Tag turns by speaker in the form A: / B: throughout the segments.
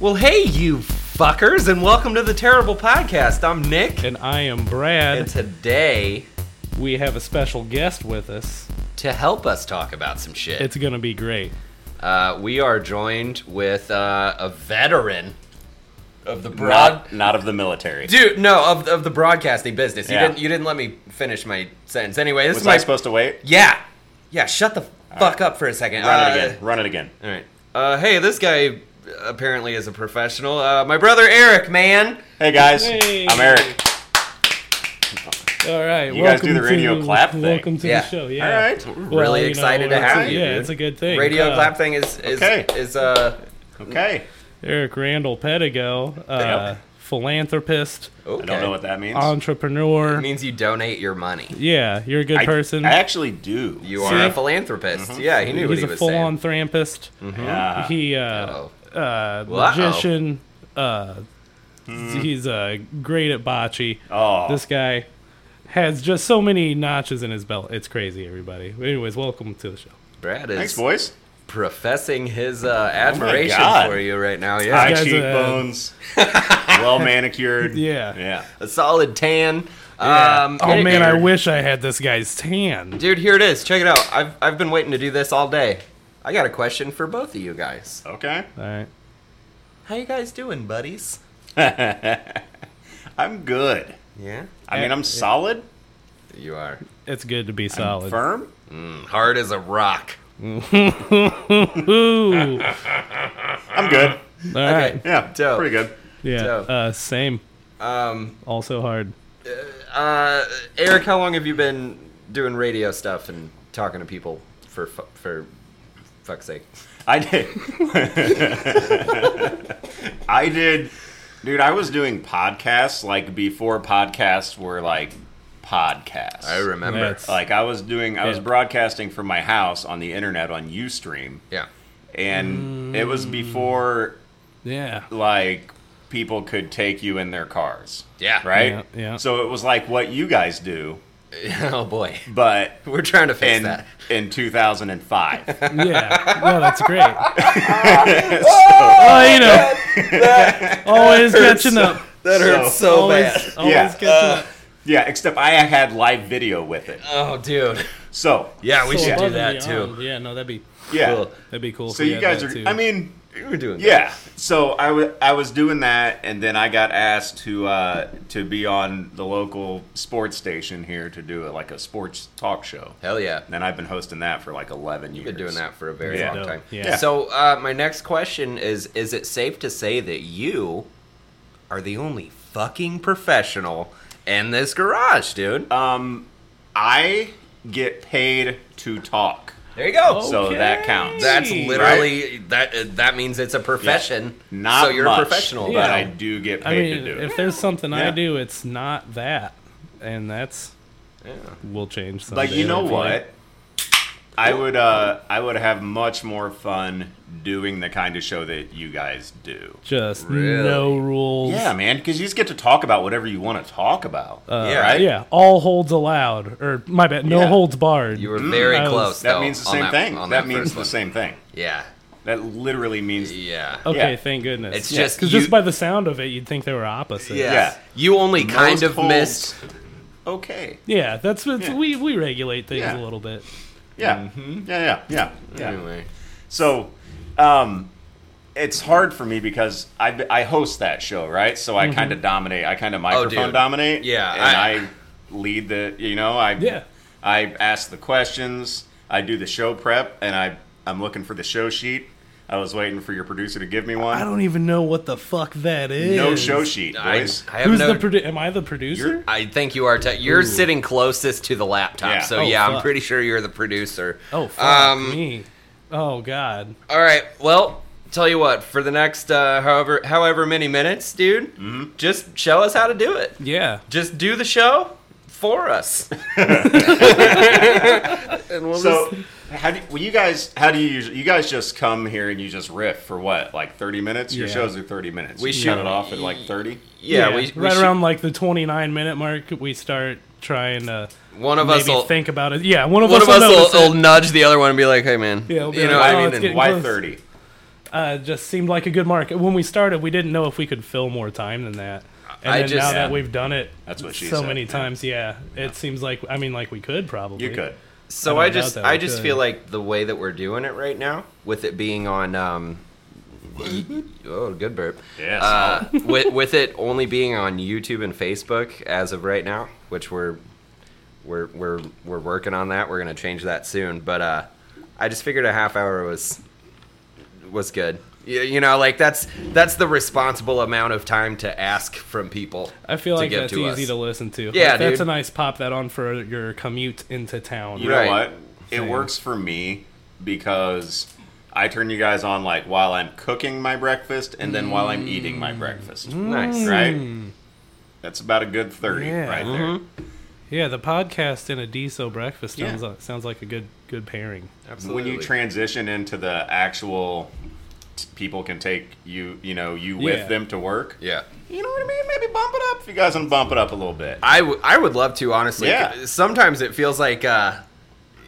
A: Well, hey, you fuckers, and welcome to the Terrible Podcast. I'm Nick,
B: And I am Brad.
A: and today,
B: we have a special guest with us.
A: to help us talk about some shit,
B: It's going to be great.
A: uh, we are joined with uh, a veteran of the broad.
C: Not, not of the military.
A: Dude, no, of, of the broadcasting business. You
C: Yeah.
A: didn't you didn't let me finish my sentence. Anyway, this
C: Was
A: is my
C: I supposed to wait?
A: Yeah. Yeah, shut the fuck up for a second.
C: Run
A: Uh,
C: it again. Run it again.
A: All right. Uh, hey, this guy apparently is a professional. Uh, my brother Eric, man.
C: Hey guys,
B: Hey.
C: I'm Eric.
B: All right.
C: You guys
B: welcome
C: do the radio
B: to,
C: clap thing.
B: Welcome to
A: Yeah.
B: the show. Yeah.
C: All right.
B: Well,
A: really
B: you know,
A: excited to
B: it's a-
A: have you.
B: Yeah,
A: dude.
B: it's a good thing.
A: Radio
B: Uh,
A: clap thing is is
C: okay.
A: is uh
C: Okay.
B: Eric Randall Pedigo, uh,
C: Yep.
B: philanthropist,
A: okay.
C: I don't know what that means.
B: entrepreneur.
A: It means you donate your money.
B: yeah, you're a good
C: I,
B: person.
C: I actually do.
A: You
B: See?
A: are a philanthropist.
C: Mm-hmm.
A: Yeah, he knew what
B: He's
A: he
B: a
A: was Oh, saying.
B: full-on therapist.
C: Yeah.
B: He uh, uh,
A: Well, uh-oh.
B: magician. Uh, He's uh, great at bocce.
C: Mm-hmm. oh.
B: This guy has just so many notches in his belt. It's crazy, everybody. Anyways, welcome to the show.
A: Brad is
C: Thanks, boys.
A: professing his uh, admiration
C: God.
A: for you right now. Yeah.
C: High
B: guy's a-
C: cheekbones. well manicured.
B: Yeah.
C: Yeah.
A: a solid tan. Um,
B: oh
A: it-
B: man,
A: it-
B: I wish I had this guy's tan.
A: Dude, here it is. Check it out. I've, I've been waiting to do this all day. I got a question for both of you guys.
C: Okay.
B: All right.
A: How you guys doing, buddies?
C: I'm good.
A: Yeah,
C: I mean, I'm solid.
A: you are.
B: It's good to be solid.
C: Firm.
A: Hard as a rock.
B: Ooh. All
C: I'm good.
B: right.
C: Yeah.
A: Dope.
C: Pretty good.
B: Yeah.
A: Dope.
B: Uh, same.
A: Um,
B: Also hard.
A: uh, Eric, how long have you been doing radio stuff and talking to people for fu- for fuck's sake?
C: I did. I did. Dude, I was doing podcasts like before podcasts were like podcasts.
A: I remember. Uh,
B: That's-
C: Like I was doing, I was
B: Yeah.
C: broadcasting from my house on the internet on UStream,
A: yeah.
C: and it was before
B: Yeah.
C: like people could take you in their cars,
A: Yeah.
C: right?
B: Yeah, yeah.
C: So it was like what you guys do,
A: oh boy,
C: but
A: we're trying to fix
C: in
A: that.
C: in 2005.
B: Yeah. No, that's great. oh, you know. always catching up.
A: That
C: hurts
A: so Uh,
B: Always, always
C: Yeah.
B: catching up.
C: yeah, except I had live video with it.
A: Oh, dude.
C: So
A: Yeah, we
B: So
A: should do
B: above
A: that
B: and
A: too.
B: beyond. Yeah. No, that'd be
C: yeah.
A: Cool.
B: that'd be cool. if
C: So
B: we
C: you
B: had
C: guys
B: that,
C: are.
B: too.
C: I mean,
A: We were doing.
C: Yeah. So I wa- I was doing that, and then I got asked to uh, to be on the local sports station here to do a, like a sports talk show.
A: Hell yeah.
C: And I've been hosting that for like eleven years.
A: You've been doing that for a very
C: Yeah.
A: long time.
B: Yeah.
A: So uh, my next question is: Is it safe to say that you are the only fucking professional in this garage, dude?
C: Um, I get paid to talk,
A: there you
B: Oh,
A: go.
C: so that counts.
A: That's
B: Hey.
A: literally that. uh, That means it's a profession.
C: Not
A: so you're
C: much,
A: a professional.
C: but
A: now.
C: I do get
B: I
C: paid
B: mean,
C: to do
B: if
C: it.
B: there's something I
C: Yeah.
B: do, it's not that, and that's will change. Someday,
C: Like you know
B: I feel like.
C: what. I would uh, I would have much more fun doing the kind of show that you guys do.
B: Just
A: Really?
B: no rules.
C: Yeah, man, because you just get to talk about whatever you want to talk about.
B: Uh,
A: Yeah.
C: right?
B: Yeah, all holds allowed, or my bad, no
C: Yeah.
B: holds barred.
A: you were very
B: I was-
A: close.
C: That
A: though,
C: means the
A: on
C: same
A: that-
C: thing.
A: on
C: That,
A: first
C: means the
A: one.
C: same thing.
A: Yeah.
C: That literally means.
A: Yeah.
B: okay,
C: yeah.
B: thank goodness.
A: It's just
B: because
A: you-
B: just by the sound of it, you'd think they were opposite.
A: Yeah.
C: Yeah.
A: You only kind
C: Most
A: of
C: holds
A: missed.
C: Okay.
B: Yeah, that's it's,
C: Yeah.
B: we we regulate things
C: Yeah.
B: a little bit.
C: Yeah.
B: Mm-hmm.
C: Yeah. Yeah. Yeah. yeah.
A: Anyway.
C: So, um, it's hard for me because I I host that show, right? So I kind
B: Mm-hmm.
C: of dominate. I kind of microphone
A: Oh, dude.
C: dominate.
A: Yeah,
C: And
A: I-
C: I, lead the. You know, I
B: Yeah.
C: I ask the questions. I do the show prep, and I I'm looking for the show sheet. I was waiting for your producer to give me one.
B: I don't even know what the fuck that is.
C: no show sheet,
A: I,
C: boys.
A: I have
B: Who's
A: no.
B: the produ- Am I the producer?
A: I think you are. Te- you're sitting closest to the laptop,
C: Yeah.
A: so
C: Oh,
A: yeah, I'm
B: fuck.
A: pretty sure you're the producer.
B: Oh fuck
A: Um,
B: me. Oh god.
A: All right. Well, tell you what. For the next uh, however however many minutes, dude,
C: Mm-hmm.
A: just show us how to do it.
B: Yeah.
A: Just do the show for us. and we'll
C: So, how do well, you guys? How do you usually? You guys just come here and you just riff for what? Like thirty minutes? Your
B: Yeah.
C: shows are thirty minutes.
A: We
C: You
A: should-
C: shut it off at like thirty.
A: yeah, we, we
B: right
A: should-
B: around like the 29 minute mark, we start trying to
A: one of us
B: maybe
A: will
B: think about it. Yeah, one of
A: one of
B: us will
A: us
B: notice
A: will,
B: it.
A: will nudge the other one and be like, "Hey, man,
B: Yeah, we'll be
A: you know
B: like,
A: what
B: "Oh,
A: I mean?"
B: it's
A: And
B: getting
C: Why
B: close.
C: thirty?
B: uh, just seemed like a good market. When we started, we didn't know if we could fill more time than that. And
A: I
B: then
A: just-
B: now
A: yeah.
B: that we've done it
C: That's what she
B: so
C: said,
B: many
C: yeah.
B: times, yeah, it seems like I mean like we could probably.
C: You could.
A: So
B: I
A: I,
B: don't doubt
A: just
B: that
A: I
B: we
A: just
B: could.
A: feel like the way that we're doing it right now, with it being on um, y- oh good burp,
C: Yeah,
A: uh, with with it only being on YouTube and Facebook as of right now, which we're we're we're we're working on that. We're gonna change that soon, but uh, I just figured a half hour was was good. You, you know, like that's that's the responsible amount of time to ask from people.
B: I feel
A: to
B: like
A: give
B: that's
A: to
B: easy
A: us.
B: to listen to.
A: Yeah,
B: Like, that's
A: dude.
B: a nice pop that on for your commute into town.
C: You
A: Right.
C: know what? It
B: Same.
C: works for me because I turn you guys on like while I'm cooking my breakfast and then while I'm eating my breakfast.
A: Nice.
C: Right? That's about a good 30
B: Mm. Yeah.
C: right there.
A: Mm-hmm.
B: Yeah, the podcast and a DSO breakfast
C: Yeah.
B: sounds like, sounds like a good good pairing.
A: Absolutely.
C: When you transition into the actual t- people can take you, you know, you with
B: Yeah.
C: them to work.
A: yeah.
C: You know what I mean? Maybe bump it up if you guys want to bump it up a little bit.
A: I, w- I would love to honestly.
C: Yeah.
A: Sometimes it feels like uh,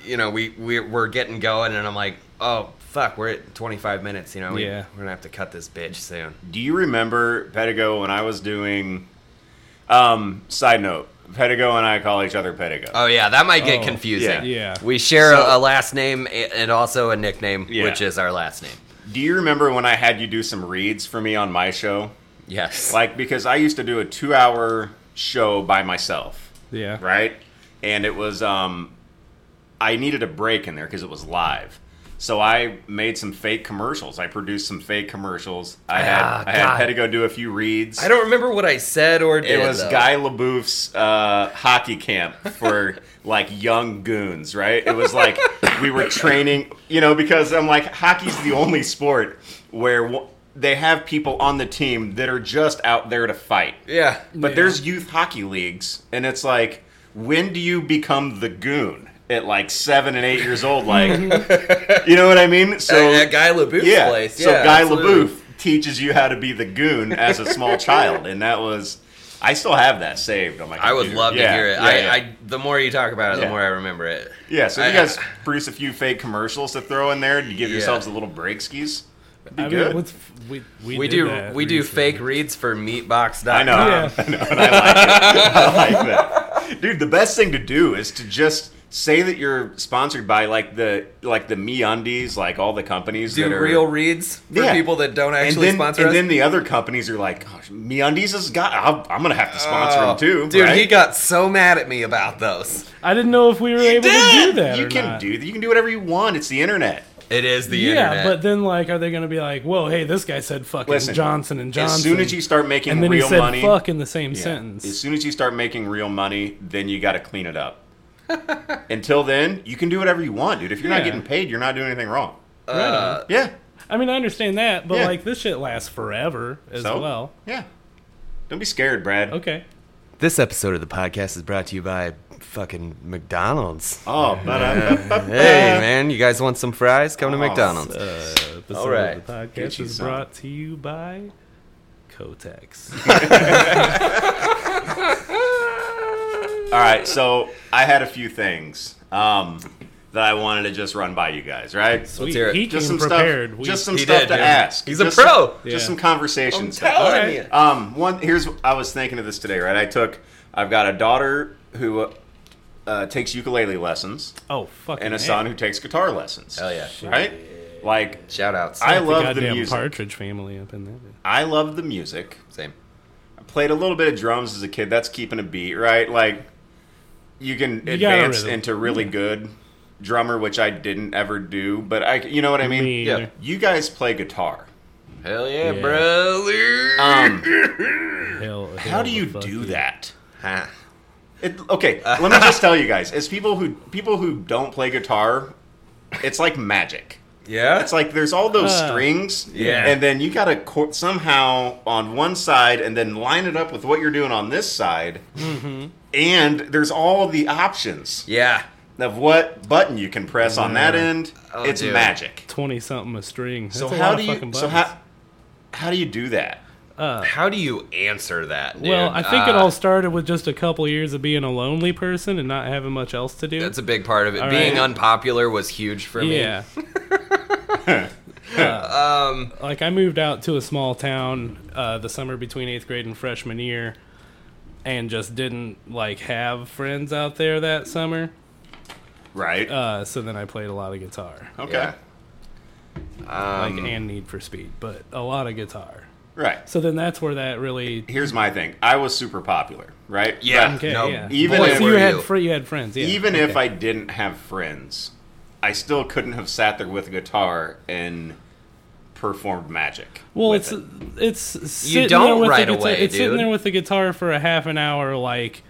A: you know we we we're getting going and I'm like oh fuck we're at 25 minutes you know we,
B: Yeah.
A: we're gonna have to cut this bitch soon.
C: Do you remember Pedigo when I was doing? Um, side note: Pedigo and I call each other Pedigo.
A: Oh yeah, that might get
B: Oh,
A: confusing.
B: Yeah.
C: yeah.
A: We share
C: So-
A: a, a last name a- and also a nickname,
C: Yeah.
A: which is our last name.
C: do you remember when I had you do some reads for me on my show?
A: Yes.
C: Like because I used to do a two-hour show by myself,
B: Yeah.
C: right? And it was um, I needed a break in there because it was live. So I made some fake commercials. I produced some fake commercials. I had
A: Ah,
C: I had
A: God.
C: Pedigo do a few reads.
A: I don't remember what I said or did.
C: It was
A: though.
C: Guy LaBeouf's uh, hockey camp for like young goons, right? It was like we were training, you know, because I'm like, hockey's the only sport where w- they have people on the team that are just out there to fight.
A: Yeah.
C: But there's youth hockey leagues, and it's like, when do you become the goon? At like seven and eight years old, like, you know what I mean? So
A: at Guy LaBeouf's place.
C: so
A: yeah,
C: Guy
A: absolutely.
C: LaBeouf teaches you how to be the goon as a small child, and that was. I still have that saved on my.
A: I
C: Computer.
A: would love
C: Yeah,
A: to hear it.
C: yeah,
A: I,
C: yeah.
A: I the more you talk about it,
C: Yeah.
A: the more I remember it.
C: yeah. So if you
A: I-
C: guys produce a few fake commercials to throw in there to give
A: Yeah.
C: yourselves a little break skis. That'd be
B: I
C: good.
B: mean, what's, we, we,
A: We
B: did
A: do
B: that
A: we do
B: recently.
A: fake reads for meatbox.com.
C: I know.
B: Yeah.
C: I know. And I like it. I like that, dude. The best thing to do is to just say that you're sponsored by like the like the MeUndies, like all the companies
A: do
C: that are
A: real reads for
C: Yeah.
A: people that don't
C: and
A: actually
C: then,
A: sponsor
C: and
A: us.
C: then the other companies are like, "Gosh, MeUndies has got. I'll, I'm gonna have to sponsor
A: Oh,
C: him too,
A: dude.
C: right?
A: He got so mad at me about those.
B: I didn't know if we were able to do
C: did.
B: that.
C: You
B: or
C: can
B: not.
C: do that. You can do whatever you want. It's the internet.
A: It is the
B: Yeah,
A: internet.
B: but then like, are they going to be like, "Whoa, hey, this guy said fucking
C: Listen,
B: Johnson and Johnson"?
C: As soon as you start making
B: and then
C: real
B: he said
C: money,
B: "fuck" in the same
C: yeah,
B: sentence.
C: As soon as you start making real money, then you got to clean it up. Until then, you can do whatever you want, dude. If you're not
B: Yeah.
C: getting paid, you're not doing anything wrong.
A: Uh,
B: Right on.
C: Yeah.
B: I mean, I understand that, but
C: Yeah.
B: like, this shit lasts forever as
C: So
B: well.
C: yeah. Don't be scared, Brad.
B: Okay.
A: this episode of the podcast is brought to you by fucking McDonald's.
C: Oh, ba-da-ba-ba-ba.
A: Hey man, you guys want some fries?
C: Oh,
A: Come to McDonald's.
B: Uh, episode
A: All right.
B: of the podcast
C: Get you
B: is
C: some.
B: brought to you by Kotex.
C: All right, so I had a few things um, that I wanted to just run by you guys, right?
B: Sweet.
A: hear it.
B: He
C: just
B: came
C: some
B: prepared.
C: stuff.
B: We-
C: just some
A: He
C: stuff
A: did,
C: to
A: dude.
C: ask.
A: He's a
C: Just
A: pro.
C: Some, Just
B: Yeah.
C: some conversation
A: I'm
C: stuff.
A: telling
B: Alright.
A: you.
C: Um, one here's I was thinking of this today, right? I took I've got a daughter who uh, uh, takes ukulele lessons
B: oh fucking.
C: and a
B: A.
C: son who takes guitar lessons.
A: Hell yeah.
C: Right? Like
A: Shout outs.
B: the
C: I love the
B: goddamn
C: music.
B: Partridge Family up in there.
C: I love the music.
A: Same.
C: I played a little bit of drums as a kid. That's keeping a beat, right? Like you
B: You
C: can
B: got a
C: advance
B: rhythm.
C: into really good drummer, which I didn't ever do, but I you know what I mean?
B: Me
A: yeah.
B: either.
C: You guys play guitar.
A: Hell yeah,
B: Yeah.
A: brother.
C: Um
B: Hell,
C: How
B: hell
C: do
B: the
C: you
B: fuck
C: do
B: yeah.
C: that?
A: Ha.
C: It, okay, let me just tell you guys, as people who people who don't play guitar, it's like magic.
A: yeah.
C: It's like there's all those
B: Uh,
C: strings,
A: yeah.
C: and then you got to co- somehow on one side and then line it up with what you're doing on this side,
B: Mm-hmm.
C: and there's all the options
A: yeah.
C: of what button you can press on that end.
A: Oh,
C: it's
A: dude.
C: magic.
B: Twenty something a string.
C: So
B: That's a
C: how
B: lot
C: do
B: of
C: you?
B: fucking
C: So
B: buttons.
C: how how do you do that?
A: How do you answer that? Dude?
B: Uh. Well, I think it
A: Uh,
B: all started with just a couple years of being a lonely person and not having much else to do.
A: That's a big part of it.
B: All
A: Being
B: right.
A: unpopular was huge for me.
B: yeah.
A: Um,
B: Like I moved out to a small town uh, the summer between eighth grade and freshman year, and just didn't like have friends out there that summer.
C: right?
B: Uh, so then I played a lot of guitar,
C: okay.
A: yeah.
B: like
A: Um,
B: and Need for Speed, but a lot of guitar.
C: Right.
B: So then that's where that really
C: Here's my thing. I was super popular, right?
A: Yeah.
C: But
B: okay.
A: No,
B: yeah.
C: even
B: Well,
C: if-
B: so you
A: were
B: had
A: you-
B: fr- you had friends. Yeah.
C: even if
B: okay.
C: I didn't have friends, I still couldn't have sat there with a guitar and performed magic.
B: Well, it's
C: with it.
B: it's sitting there
A: don't
B: with
A: right
B: the guitar,
A: away,
B: It's sitting
A: dude.
B: there with the guitar for a half an hour, like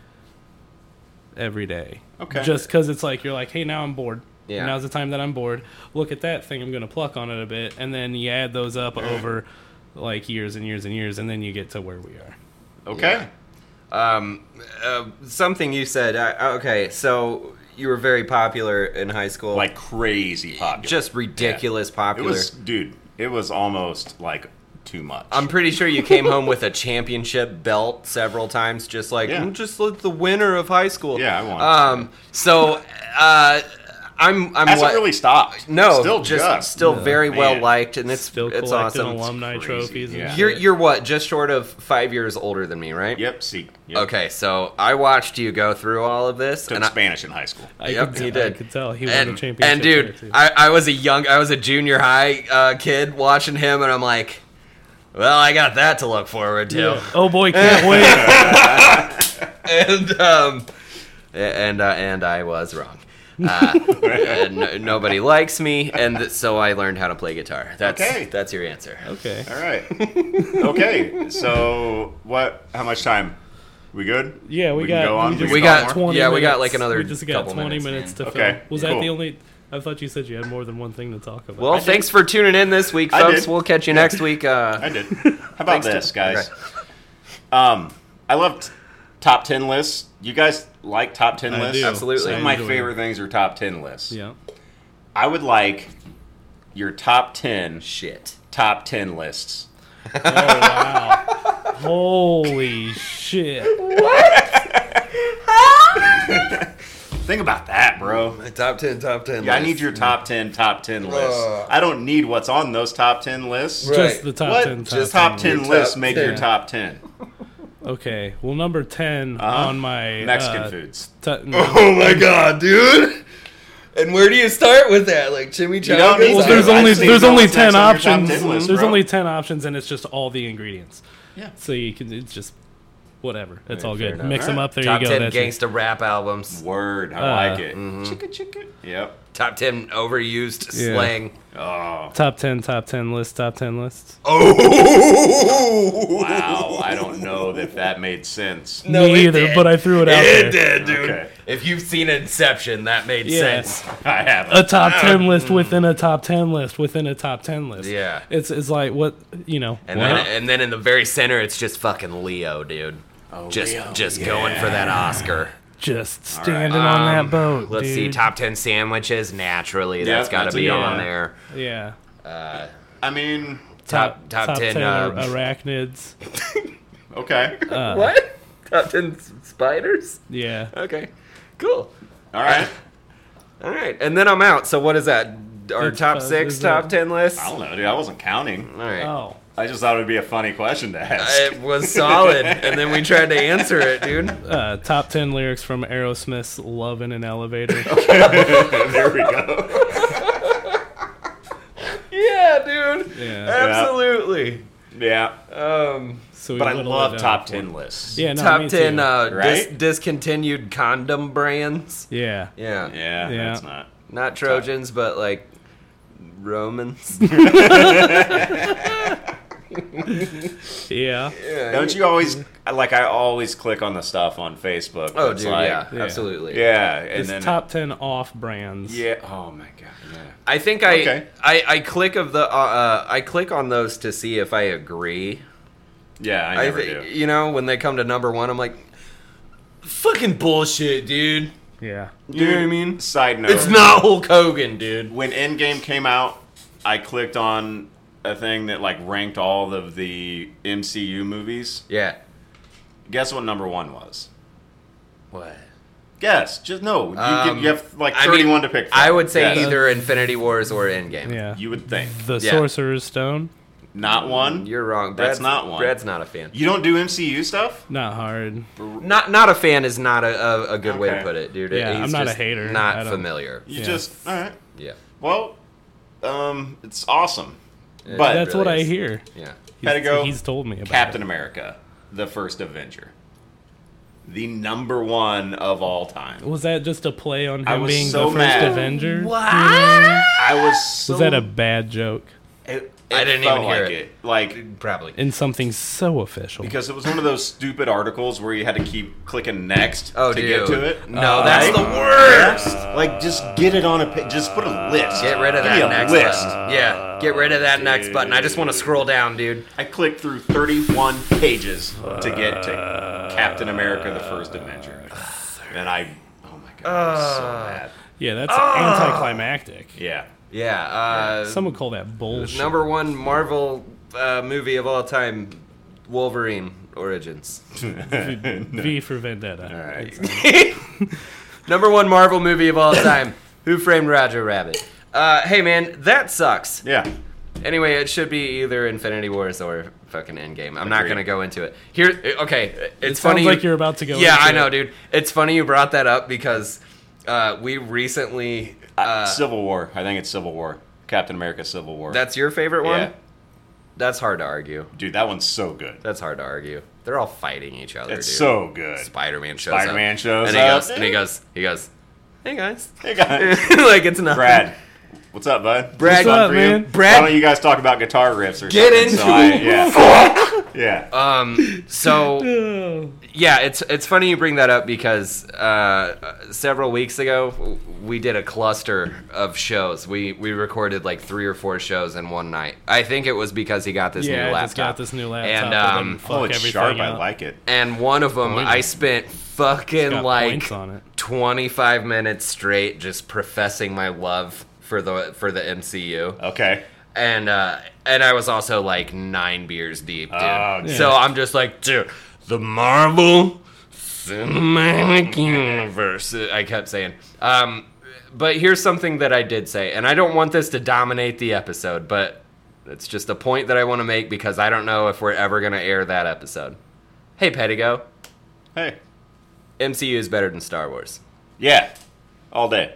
B: every day.
C: Okay.
B: Just because it's like you're like, hey, now I'm bored.
A: Yeah.
B: Now's the time that I'm bored. Look at that thing. I'm gonna pluck on it a bit, and then you add those up over like years and years and years, and then you get to where we are.
C: okay.
A: Um, uh, something you said. Uh, okay, so you were very popular in high school,
C: Like crazy popular.
A: just ridiculous
C: it
A: popular.
C: was, dude. It was almost like too much.
A: I'm pretty sure you came home with a championship belt several times, just like
C: Yeah.
A: "Mm, just like the winner of high school.
C: Yeah, I won.
A: Um, so uh, I'm I'm
C: hasn't
A: what-
C: really stopped.
A: no,
C: still
A: just,
C: just
A: still very well
C: Man.
A: liked, and it's
B: Still
A: it's
B: collecting
A: awesome.
B: alumni
C: crazy,
B: trophies. And
C: yeah.
A: You're
B: shit.
A: you're what? Just short of five years older than me, right?
C: Yep. See. Yep.
A: Okay, so I watched you go through all of this,
C: Took
A: and I,
C: Spanish in high school.
B: I
A: Yep,
B: could,
A: he
B: I
A: did.
B: could tell he
A: and,
B: won the championship.
A: and dude,
B: there, too.
A: I, I was a young, I was a junior high uh, kid watching him, and I'm like, well, I got that to look forward to.
B: Yeah. oh boy, can't wait.
A: and um, and uh, and I was wrong. Uh, and no- nobody likes me, and th- so I learned how to play guitar. That's
C: Okay.
A: that's your answer.
B: Okay.
C: All right. okay. So what? How much time? We good?
B: Yeah, we,
C: can
B: got.
C: go on.
B: We, just
A: We
B: got,
A: got-
B: twenty.
A: yeah, we got,
B: minutes.
A: like, another
B: We just got
A: couple
B: twenty
A: minutes,
B: minutes,
A: man.
B: to fill.
C: Okay,
B: Was that
C: cool.
B: the only? I thought you said you had more than one thing to talk about.
A: Well, thanks for tuning in this week,
C: I did.
A: folks. We'll catch you next week.
C: I
A: Uh,
C: did. How about
A: Thanks to-
C: this, guys? Um, I love t- top ten lists. You guys like top ten
B: I
C: lists?
B: do.
A: Absolutely.
C: Some
A: I
C: of my
B: enjoy
C: favorite things are top ten lists.
B: yeah,
C: I would like your top ten
A: shit.
C: top ten lists.
B: oh wow, holy shit!
C: Think about that, bro.
A: Top ten, top ten.
C: Yeah, I need your top ten top ten lists.
A: Ugh.
C: I don't need what's on those top ten lists.
A: Right.
B: Just the top
C: What?
B: ten. Top
C: Just top
B: 10.
C: ten,
A: Your
C: lists
A: top
C: make
A: 10.
C: your top ten.
B: Okay, well, number 10
C: Uh-huh.
B: on my
C: Mexican
B: uh,
C: foods.
B: t- no.
A: Oh my god, dude. And where do you start with that? Like chimichangas?
C: You don't need
B: Well,
C: to.
B: there's
C: I've
B: only
C: seen
B: there's
C: no
B: only
C: snacks
B: ten
C: on your top
B: options.
C: 10 list,
B: there's
C: bro.
B: only ten options, and it's just all the ingredients.
C: Yeah.
B: So you can it's just whatever. It's all
A: fair
B: good.
A: enough.
B: Mix them up. There
A: top
B: you go.
A: ten
B: That's it.
A: gangsta rap albums.
C: Word, I
B: Uh,
C: like it.
A: mm-hmm.
C: Chicka chicka. Yep.
A: Top ten overused
B: Yeah.
A: slang.
C: Oh
B: Top ten. Top ten list. Top ten lists.
A: Oh
C: wow! I don't know that that made sense.
A: No,
B: Me
A: it
B: either,
A: did.
B: but I threw it out there.
A: It did, dude.
C: Okay.
A: If you've seen Inception, that made
B: Yeah.
A: sense.
C: I
B: a
C: haven't.
B: top 10 list within a top 10 list within a top 10 list.
A: Mm. Yeah.
B: It's it's like what, you know.
A: And
B: wow.
A: then, and then in the very center, it's just fucking Leo, dude.
C: Oh,
A: just,
C: Leo.
A: just going for that Oscar.
B: just standing on
A: Um,
B: that boat.
A: Let's see,
B: dude.
A: top ten sandwiches. Naturally,
C: Yeah,
A: that's got to
C: that's
A: be
C: a good
A: on
B: one.
A: there.
B: Yeah.
C: I mean,
A: Top, top, ten.
B: ar-
A: um,
B: arachnids.
C: okay.
A: Uh,
B: uh,
A: what? Top ten s- spiders.
B: Yeah.
A: Okay, cool.
C: All right.
A: All right, and then I'm out. So what is that? Our
B: It's,
A: top
B: uh,
A: six,
B: is
A: top
B: it-
A: ten list.
C: I
A: All
C: don't know, dude. I wasn't counting.
A: right.
B: Oh.
C: I just thought it would be a funny question to ask.
A: It was solid, and then we tried to answer it, dude.
B: Uh, top 10 lyrics from Aerosmith's Love in an Elevator.
C: there we go.
A: Yeah, dude.
B: Yeah.
A: Absolutely.
C: Yeah,
A: Um,
B: So we
C: but I
B: whittled it
C: love
B: down.
C: top ten lists.
B: Yeah, no, me
A: top
B: too.
A: ten uh, dis-
C: Right?
A: discontinued condom brands.
B: yeah.
A: Yeah,
C: Yeah,
B: Yeah.
C: that's not.
A: not Trojans, but like Romans.
B: Yeah.
A: yeah.
C: Don't you always like? I always click on the stuff on Facebook.
A: Oh,
C: that's
A: dude,
C: like-
A: yeah,
B: Yeah.
A: absolutely.
C: yeah, and
B: It's
C: then
B: top 10 off brands.
C: Yeah. Oh my god. Yeah.
A: I think I,
C: Okay.
A: I I click of the uh, uh, I click on those to see if I agree.
C: Yeah, I
A: I
C: never
A: thi-
C: do.
A: you know when they come to number one, I'm like, fucking bullshit, dude.
B: Yeah.
A: You know what I mean?
C: Side note:
A: It's not Hulk Hogan, dude.
C: when Endgame came out, I clicked on a thing that like ranked all of the MCU movies.
A: Yeah.
C: Guess what number one was?
A: What?
C: Guess. Just no. You,
A: Um,
C: get, you have like
A: I mean,
C: thirty-one to pick. From.
A: I would say
C: Yes.
A: either Infinity Wars or Endgame.
B: Yeah.
C: You would think
B: the
A: Yeah.
B: Sorcerer's Stone.
C: not one.
A: You're wrong.
C: That's
A: Brad's,
C: not one.
A: Brad's not a fan.
C: you don't do MCU stuff.
B: Not hard.
A: Not not a fan is not a, a, a good way to
C: Okay.
A: put it, dude.
B: Yeah,
A: He's
B: I'm not a
A: just
B: hater. I
A: Not
B: don't-
A: familiar.
C: You
B: Yeah.
C: just all right.
A: Yeah.
C: Well, um, it's awesome.
A: It
C: But-
B: That's what
A: really
B: I
A: is.
B: hear.
A: Yeah.
B: He's,
C: Gotta go.
B: he's told me about
C: Captain
B: it.
C: America, the first Avenger, the number one of all time.
B: Was that just a play on him
C: I was
B: being
C: so
B: the first
C: mad.
B: Avenger?
C: I was so.
B: Was that a bad joke?
C: It,
A: I
C: it
A: didn't
C: felt
A: even hear
C: like
A: it.
C: Like
A: Probably.
B: In something so official.
C: because it was one of those stupid articles where you had to keep clicking next
A: Oh,
C: to
A: dude.
C: get to it. Uh,
A: No, that's
C: Right?
A: the worst.
C: like just get it on a pa- just put a list.
A: Get rid of
C: Give
A: that
C: me a
A: next
C: list.
A: button. Yeah, get rid of that next button. I just want to scroll down, dude.
C: I clicked through 31 pages to get to Captain America: The First Avenger, and I oh my god, I was so mad.
B: yeah, that's anticlimactic.
C: Yeah,
A: Yeah. Uh,
B: Some would call that bullshit.
A: number one Marvel uh, movie of all time, Wolverine Origins.
B: V for Vendetta.
C: all right.
A: number one Marvel movie of all time, Who Framed Roger Rabbit? Uh, hey man, that sucks.
C: Yeah,
A: Anyway, it should be either Infinity Wars or fucking Endgame. I'm not
C: Agreed.
A: gonna go into it. Here, okay. It's
B: It
A: funny.
B: sounds
A: you-
B: like you're about to go.
A: yeah,
B: into
A: I know,
B: it.
A: dude. It's funny you brought that up because uh, we recently. Uh,
C: Civil War. I think it's Civil War. Captain America: Civil War.
A: that's your favorite one.
C: yeah,
A: That's hard to argue.
C: dude, that one's so good.
A: That's hard to argue. They're all fighting each other.
C: It's
A: dude.
C: so good.
A: Spider-Man shows up.
C: Spider-Man shows
A: and he
C: up.
A: Goes, and he goes. He goes. Hey guys.
C: Hey guys,
A: like it's not.
C: Brad. What's up, bud?
A: Brad,
B: What's up,
C: For you?
B: man?
A: Brad-
C: why don't you guys talk about guitar riffs or
A: Get
C: something?
A: into
C: so I-
A: it.
C: yeah, yeah.
B: Uh,
A: Um. So.
B: Oh.
A: Yeah, it's it's funny you bring that up because uh, several weeks ago w- we did a cluster of shows. We we recorded like three or four shows in one night. I think it was because he got this
B: Yeah,
A: new
B: I
A: laptop.
B: just got this new laptop.
A: And
B: that
A: um,
B: didn't fuck
C: oh, it's
B: everything
C: sharp. I
B: up.
C: like it.
A: and one of them
B: Points.
A: I spent fucking
B: got
A: like
B: points on it.
A: 25 minutes straight just professing my love for the for the MCU.
C: Okay.
A: and uh and I was also like nine beers deep, dude.
C: Oh, dude.
A: So I'm just like, dude, the Marvel Cinematic Universe. I kept saying, um, but here's something that I did say, and I don't want this to dominate the episode, but it's just a point that I want to make because I don't know if we're ever gonna air that episode. Hey, Pedigo,
C: Hey.
A: MCU is better than Star Wars.
C: Yeah. All day.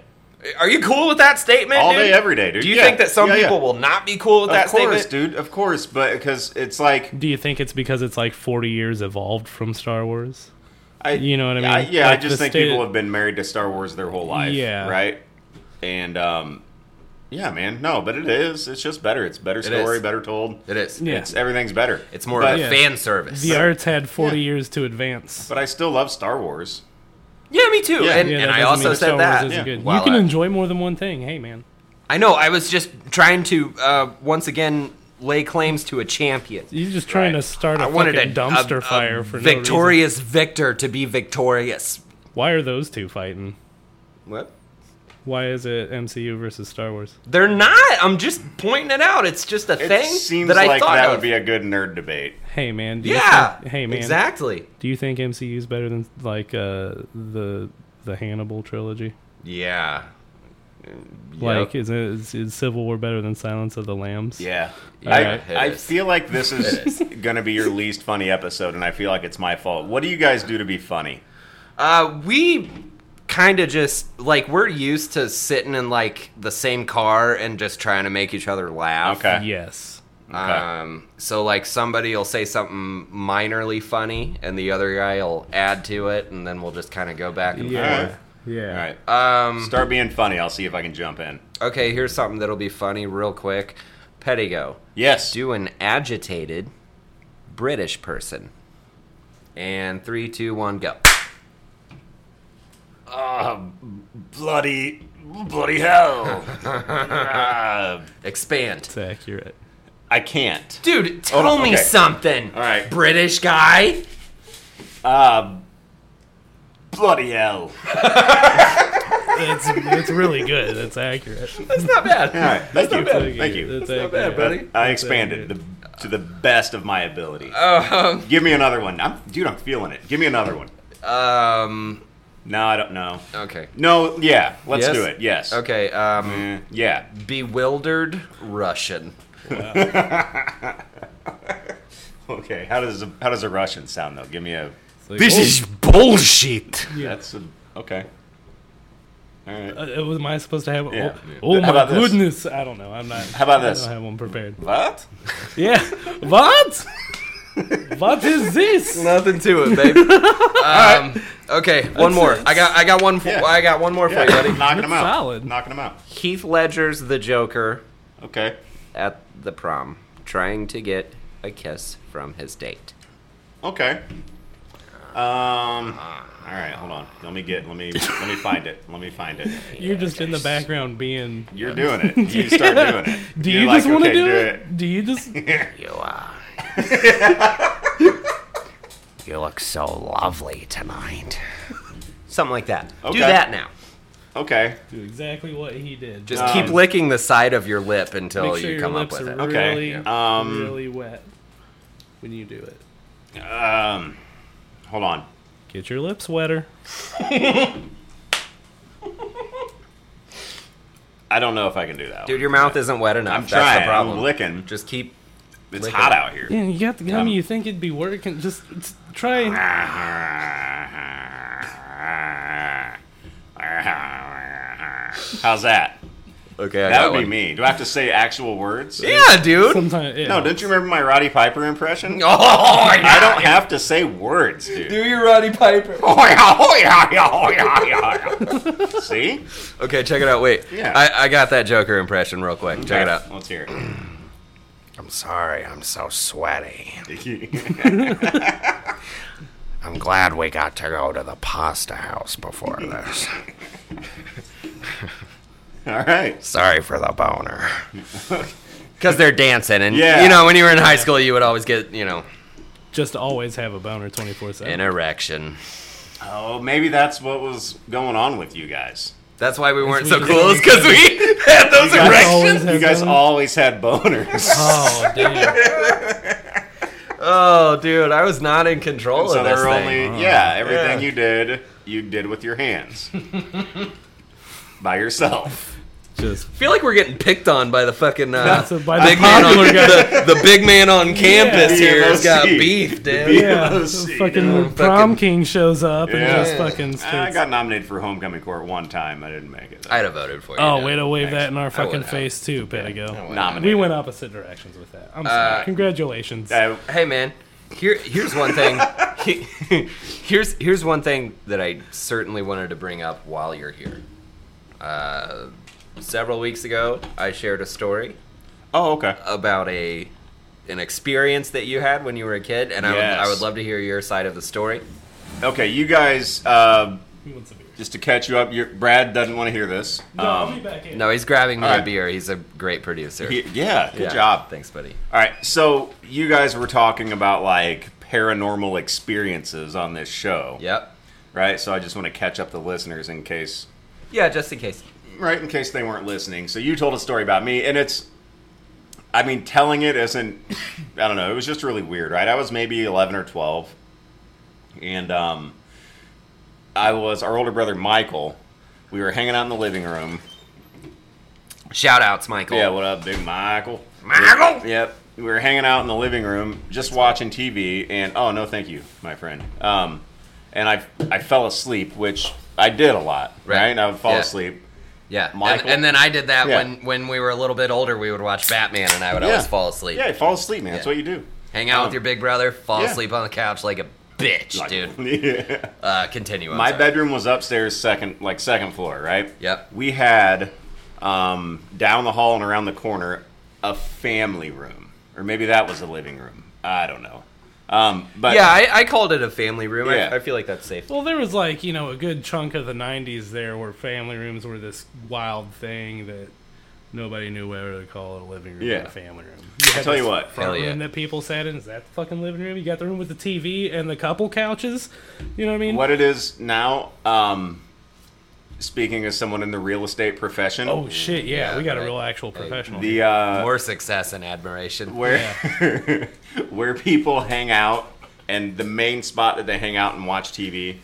A: Are you cool with that statement?
C: All
A: dude?
C: day, every day, dude.
A: Do you
C: Yeah.
A: think that some
C: Yeah, yeah.
A: people will not be cool with
C: Of
A: that
C: course,
A: statement?
C: dude. Of course, but because it's like
B: Do you think it's because it's like 40 years evolved from Star Wars?
C: I,
B: You know what I mean?
C: yeah,
B: Like,
C: I just
B: the
C: think
B: state-
C: people have been married to Star Wars their whole life.
B: Yeah.
C: Right. And um, yeah, man. No, but it is. It's just better. It's better story,
A: is.
C: better told.
A: It is.
B: Yeah.
C: It's everything's better.
A: It's more
C: But,
A: of a
B: Yeah.
A: fan service.
B: The arts had 40
C: Yeah.
B: years to advance.
C: but I still love Star Wars.
A: Yeah, me too.
C: Yeah.
A: and
B: Yeah,
A: and
B: that
A: I
B: doesn't
A: also
B: mean Star
A: said
B: Wars
A: that.
B: isn't
C: Yeah.
B: good.
A: While
B: You can
A: I-
B: enjoy more than one thing. Hey, man.
A: I know. I was just trying to uh, once again lay claims to a champion.
B: You're just trying
C: Right.
B: to start a
A: I wanted a
B: fucking dumpster
A: a- a
B: fire for no
A: victorious victor to be victorious.
B: reason. Why are those two fighting?
A: What?
B: Why is it MCU versus Star Wars?
A: They're not. I'm just pointing it out. It's just a
C: It
A: thing
C: seems
A: that I
C: like
A: thought
C: that
A: of.
C: would be a good nerd debate.
B: Hey, man. Do
A: yeah.
B: You think, hey, man.
A: Exactly.
B: Do you think MCU is better than like uh, the the Hannibal trilogy?
A: Yeah.
B: Like,
A: Yep.
B: is, it, is is Civil War better than Silence of the Lambs?
C: Yeah.
A: Yeah, it
C: I, I
A: is.
C: feel like this is,
A: It
C: going to be your least funny episode, and I feel like it's my fault. What do you guys do to be funny?
A: Uh, we kind of just like we're used to sitting in like the same car and just trying to make each other laugh.
C: Okay.
B: Yes.
A: Um, so like somebody will say something minorly funny, and the other guy will add to it, and then we'll just kind of go back and
B: Yeah.
C: Alright.
B: Yeah.
C: All right.
A: forth. Um,
C: Start being funny. I'll see if I can jump in.
A: okay, here's something that'll be funny real quick. Pettigo,
C: Yes.
A: do an agitated British person, and three, two, one, go.
C: bloody, bloody hell. Ah,
A: Expand,
B: It's accurate.
C: I can't.
A: dude. Tell
C: no,
A: me
C: okay.
A: something.
C: All right.
A: British guy.
C: Uh, bloody hell.
B: It's it's really good. It's accurate.
A: That's not
C: All
A: bad.
C: right. Thank you.
B: Pretty good.
C: Thank you.
B: That's
A: not bad,
B: accurate.
A: buddy.
C: I expanded the, to the best of my ability.
A: Um,
C: Give me another one. I'm, dude, I'm feeling it. Give me another one.
A: um,
C: No, I don't know.
A: Okay.
C: No, yeah, let's
A: Yes?
C: do it. Yes.
A: Okay. Um,
C: Mm, yeah.
A: bewildered Russian.
C: Okay. How does a, how does a Russian sound though? Give me a.
B: Like, oh,
C: Oh.
A: is bullshit.
B: Yeah.
C: That's a, okay. All right.
B: oh, uh, am I supposed to have?
C: Yeah.
B: Oh, oh
C: How
B: my
C: about this?
B: goodness! I don't know. I'm not.
C: How about
B: I
C: this?
B: don't have one prepared.
C: What?
B: Yeah. what? what is this?
A: Nothing to it, babe. um, okay, one more.
B: it.
A: I got I got one. For,
C: Yeah.
A: I got one more for
C: Yeah,
A: you, buddy.
C: knocking them out.
B: Solid.
C: Knocking them out.
A: Heath Ledger's the Joker
C: Okay.
A: at the prom, trying to get a kiss from his date.
C: Okay. Um. All right. Hold on. Let me get. Let me. let me find it. Let me find it.
B: You're just in the background being.
C: You're doing it. You start doing it.
B: Do
C: You're
B: you
C: like,
B: just want to
C: okay,
B: do, it? Do you just?
A: You are. you look so lovely tonight. Something like that.
C: Okay.
A: Do that now.
C: Okay.
B: do exactly what he did.
A: Just
C: Um,
A: keep licking the side of your lip until
B: make sure
A: you
B: your
A: come up
B: lips
A: with
B: are
A: it.
C: Okay,
B: really,
C: yeah. Um,
B: really wet when you do it.
C: Um. Hold on.
B: Get your lips wetter.
C: I don't know if I can do that.
A: Dude,
C: one.
A: your mouth isn't wet enough.
C: I'm
A: That's
C: trying.
A: the problem.
C: I'm licking.
A: Just keep.
C: it's
A: lick
C: hot
A: it.
C: out here.
B: Yeah, you got the gummy.
C: Um,
B: you think it'd be working? Just, just try.
C: Ah. How's that?
A: Okay, I
C: That
A: got
C: would be
A: one.
C: me. Do I have to say actual words?
A: Yeah, dude.
B: Sometimes. Yeah.
C: No, don't you remember my Roddy Piper impression?
A: Oh,
C: I don't have to say words, dude. Oh,
A: your Roddy Piper.
C: See?
A: Okay, check it out. Wait,
C: Yeah.
A: I, I got that Joker impression real quick. Check it out.
C: Let's hear
A: I'm sorry, I'm so sweaty.
C: it.
A: I'm glad we got to go to the pasta house before this.
C: All right.
A: sorry for the boner. Because they're dancing, and
C: Yeah.
A: you know, when you were in high school, you would always get, you know,
B: Just always have a boner twenty four
A: an
B: seven.
A: erection.
C: Oh, maybe that's what was going on with you guys.
A: That's why we weren't
B: we
A: so
B: did.
A: cool, because we had those
C: guys
A: erections.
B: Always have
C: You guys
B: boners.
C: always had boners.
B: Oh damn!
A: Oh, dude, I was not in control
C: So
A: of this
C: they're
A: Oh, thing. Oh,
C: only yeah, everything
A: Yeah.
C: you did, you did with your hands. By yourself.
B: Just
A: I feel like we're getting picked on by the fucking uh,
B: That's a- by the
A: big man on
B: popular guy.
A: the, the big man on campus
C: Yeah.
A: here has got
C: BLC.
A: beef,
C: B-
A: dude.
B: yeah,
C: Yeah,
B: the
C: see,
B: fucking
A: yeah.
B: prom
A: Fucking-
B: king shows up and
C: Yeah. Ah,
B: just fucking.
C: I
B: starts-
C: got nominated for homecoming court one time. I didn't make it.
A: I'd have voted for you.
B: oh,
A: dude.
B: way to wave that in our
A: I would
B: fucking
A: have.
B: face too, Pedigo.
C: Nominated.
B: We went opposite directions with that. I'm sorry.
A: Uh,
B: Congratulations.
C: I-
A: Hey, man. Here, here's one thing. He- here's here's one thing that I certainly wanted to bring up while you're here. Uh, several weeks ago, I shared a story
C: oh, okay.
A: about a an experience that you had when you were a kid, and I would I
C: Yes.
A: would love to hear your side of the story.
C: Okay, you guys. Uh,
B: Who wants a beer?
C: just to catch you up, your, Brad doesn't want to hear this.
B: No, I'll be back in.
A: No, he's grabbing me
C: All
A: a
C: right.
A: beer. He's a great producer.
C: he- yeah, good
A: Yeah.
C: job.
A: Thanks, buddy.
C: All right, so you guys were talking about like paranormal experiences on this show,
A: Yep.
C: right? So I just want to catch up the listeners in case
A: Yeah, just in case.
C: right in case they weren't listening so you told a story about me and it's i mean telling it isn't i don't know it was just really weird right i was maybe 11 or 12 and um i was our older brother michael we were hanging out in the living room
A: Shout outs, Michael.
C: yeah what up big michael
A: Michael!
C: yep we were hanging out in the living room just watching tv and oh no thank you my friend um and i i fell asleep which i did a lot
A: Right.
C: right, i would fall
A: Yeah.
C: asleep
A: Yeah,
C: Michael.
A: And, and then I did that
C: Yeah.
A: when when we were a little bit older. We would watch Batman, and I would always fall asleep.
C: Yeah, fall asleep, man. That's
A: Yeah.
C: what you do.
A: Hang out with
C: Um,
A: your big brother, fall
C: yeah.
A: asleep on the couch like a bitch, dude.
C: Yeah.
A: Uh, continue. I'm
C: My
A: sorry.
C: bedroom was upstairs, second, like second floor, right?
A: Yep.
C: We had um, down the hall and around the corner a family room, or maybe that was the living room. I don't know. Um, but
A: Yeah, I, I called it a family room.
C: Yeah. Uh,
A: I, I feel like that's safe.
B: Well, there was like you know a good chunk of the '90s there where family rooms were this wild thing that nobody knew whether to call it a living room or
C: Yeah.
B: a family room.
C: I tell you what,
B: Front
A: Hell yeah.
B: room that people sat in is that the fucking living room? You got the room with the TV and the couple couches. You know what I mean?
C: what it is now. Um, speaking as someone in the real estate profession,
B: Oh shit! Yeah,
A: Yeah,
B: we got a
A: right.
B: real actual
A: Hey.
B: professional.
C: the uh,
A: More success and admiration.
C: where where people hang out and the main spot that they hang out and watch TV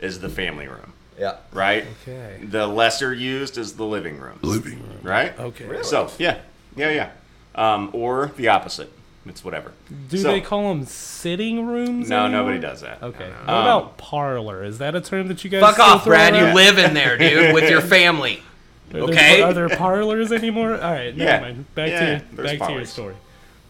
C: is the family room.
A: Yeah.
C: right?
B: Okay.
C: The lesser used is the living room,
D: Living room.
C: right?
B: Okay.
C: So yeah, yeah, yeah. Um, or the opposite. It's whatever.
B: Do
C: So-
B: they call them sitting rooms?
C: No,
B: anymore?
C: nobody does that.
B: Okay.
C: No,
B: What
C: no. Um,
B: about parlor? Is that a term that you guys
A: Fuck
B: still
A: off,
B: throw
A: Brad. You
B: around?
A: live in there, dude, with your family.
B: Are there-
A: okay.
B: Are there parlors anymore? All right. Never
C: Yeah.
B: mind. Back
C: Yeah,
B: to your,
C: there's
B: back to your
C: parlors.
B: story.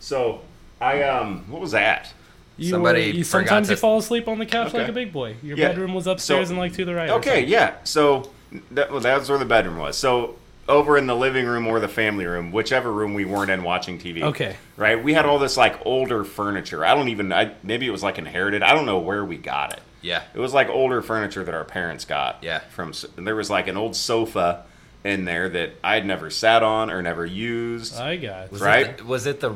C: So I um, what was that?
B: You
A: Somebody
B: you,
A: forgot
B: sometimes
A: to-
B: you fall asleep on the couch like
C: Okay.
B: a big boy. Your
C: Yeah.
B: bedroom was upstairs
C: So-
B: and like to the right. or
C: Okay, yeah. So that, well, that was where the bedroom was. So over in the living room or the family room, whichever room we weren't in watching TV.
B: Okay.
C: Right? We had all this like older furniture. I don't even I maybe it was like inherited. I don't know where we got it.
A: Yeah.
C: It was like older furniture that our parents got.
A: Yeah.
C: From s- there was like an old sofa in there that I'd never sat on or never used.
B: something. I got.
A: Was
B: it.
C: Right?
A: It the, was it the?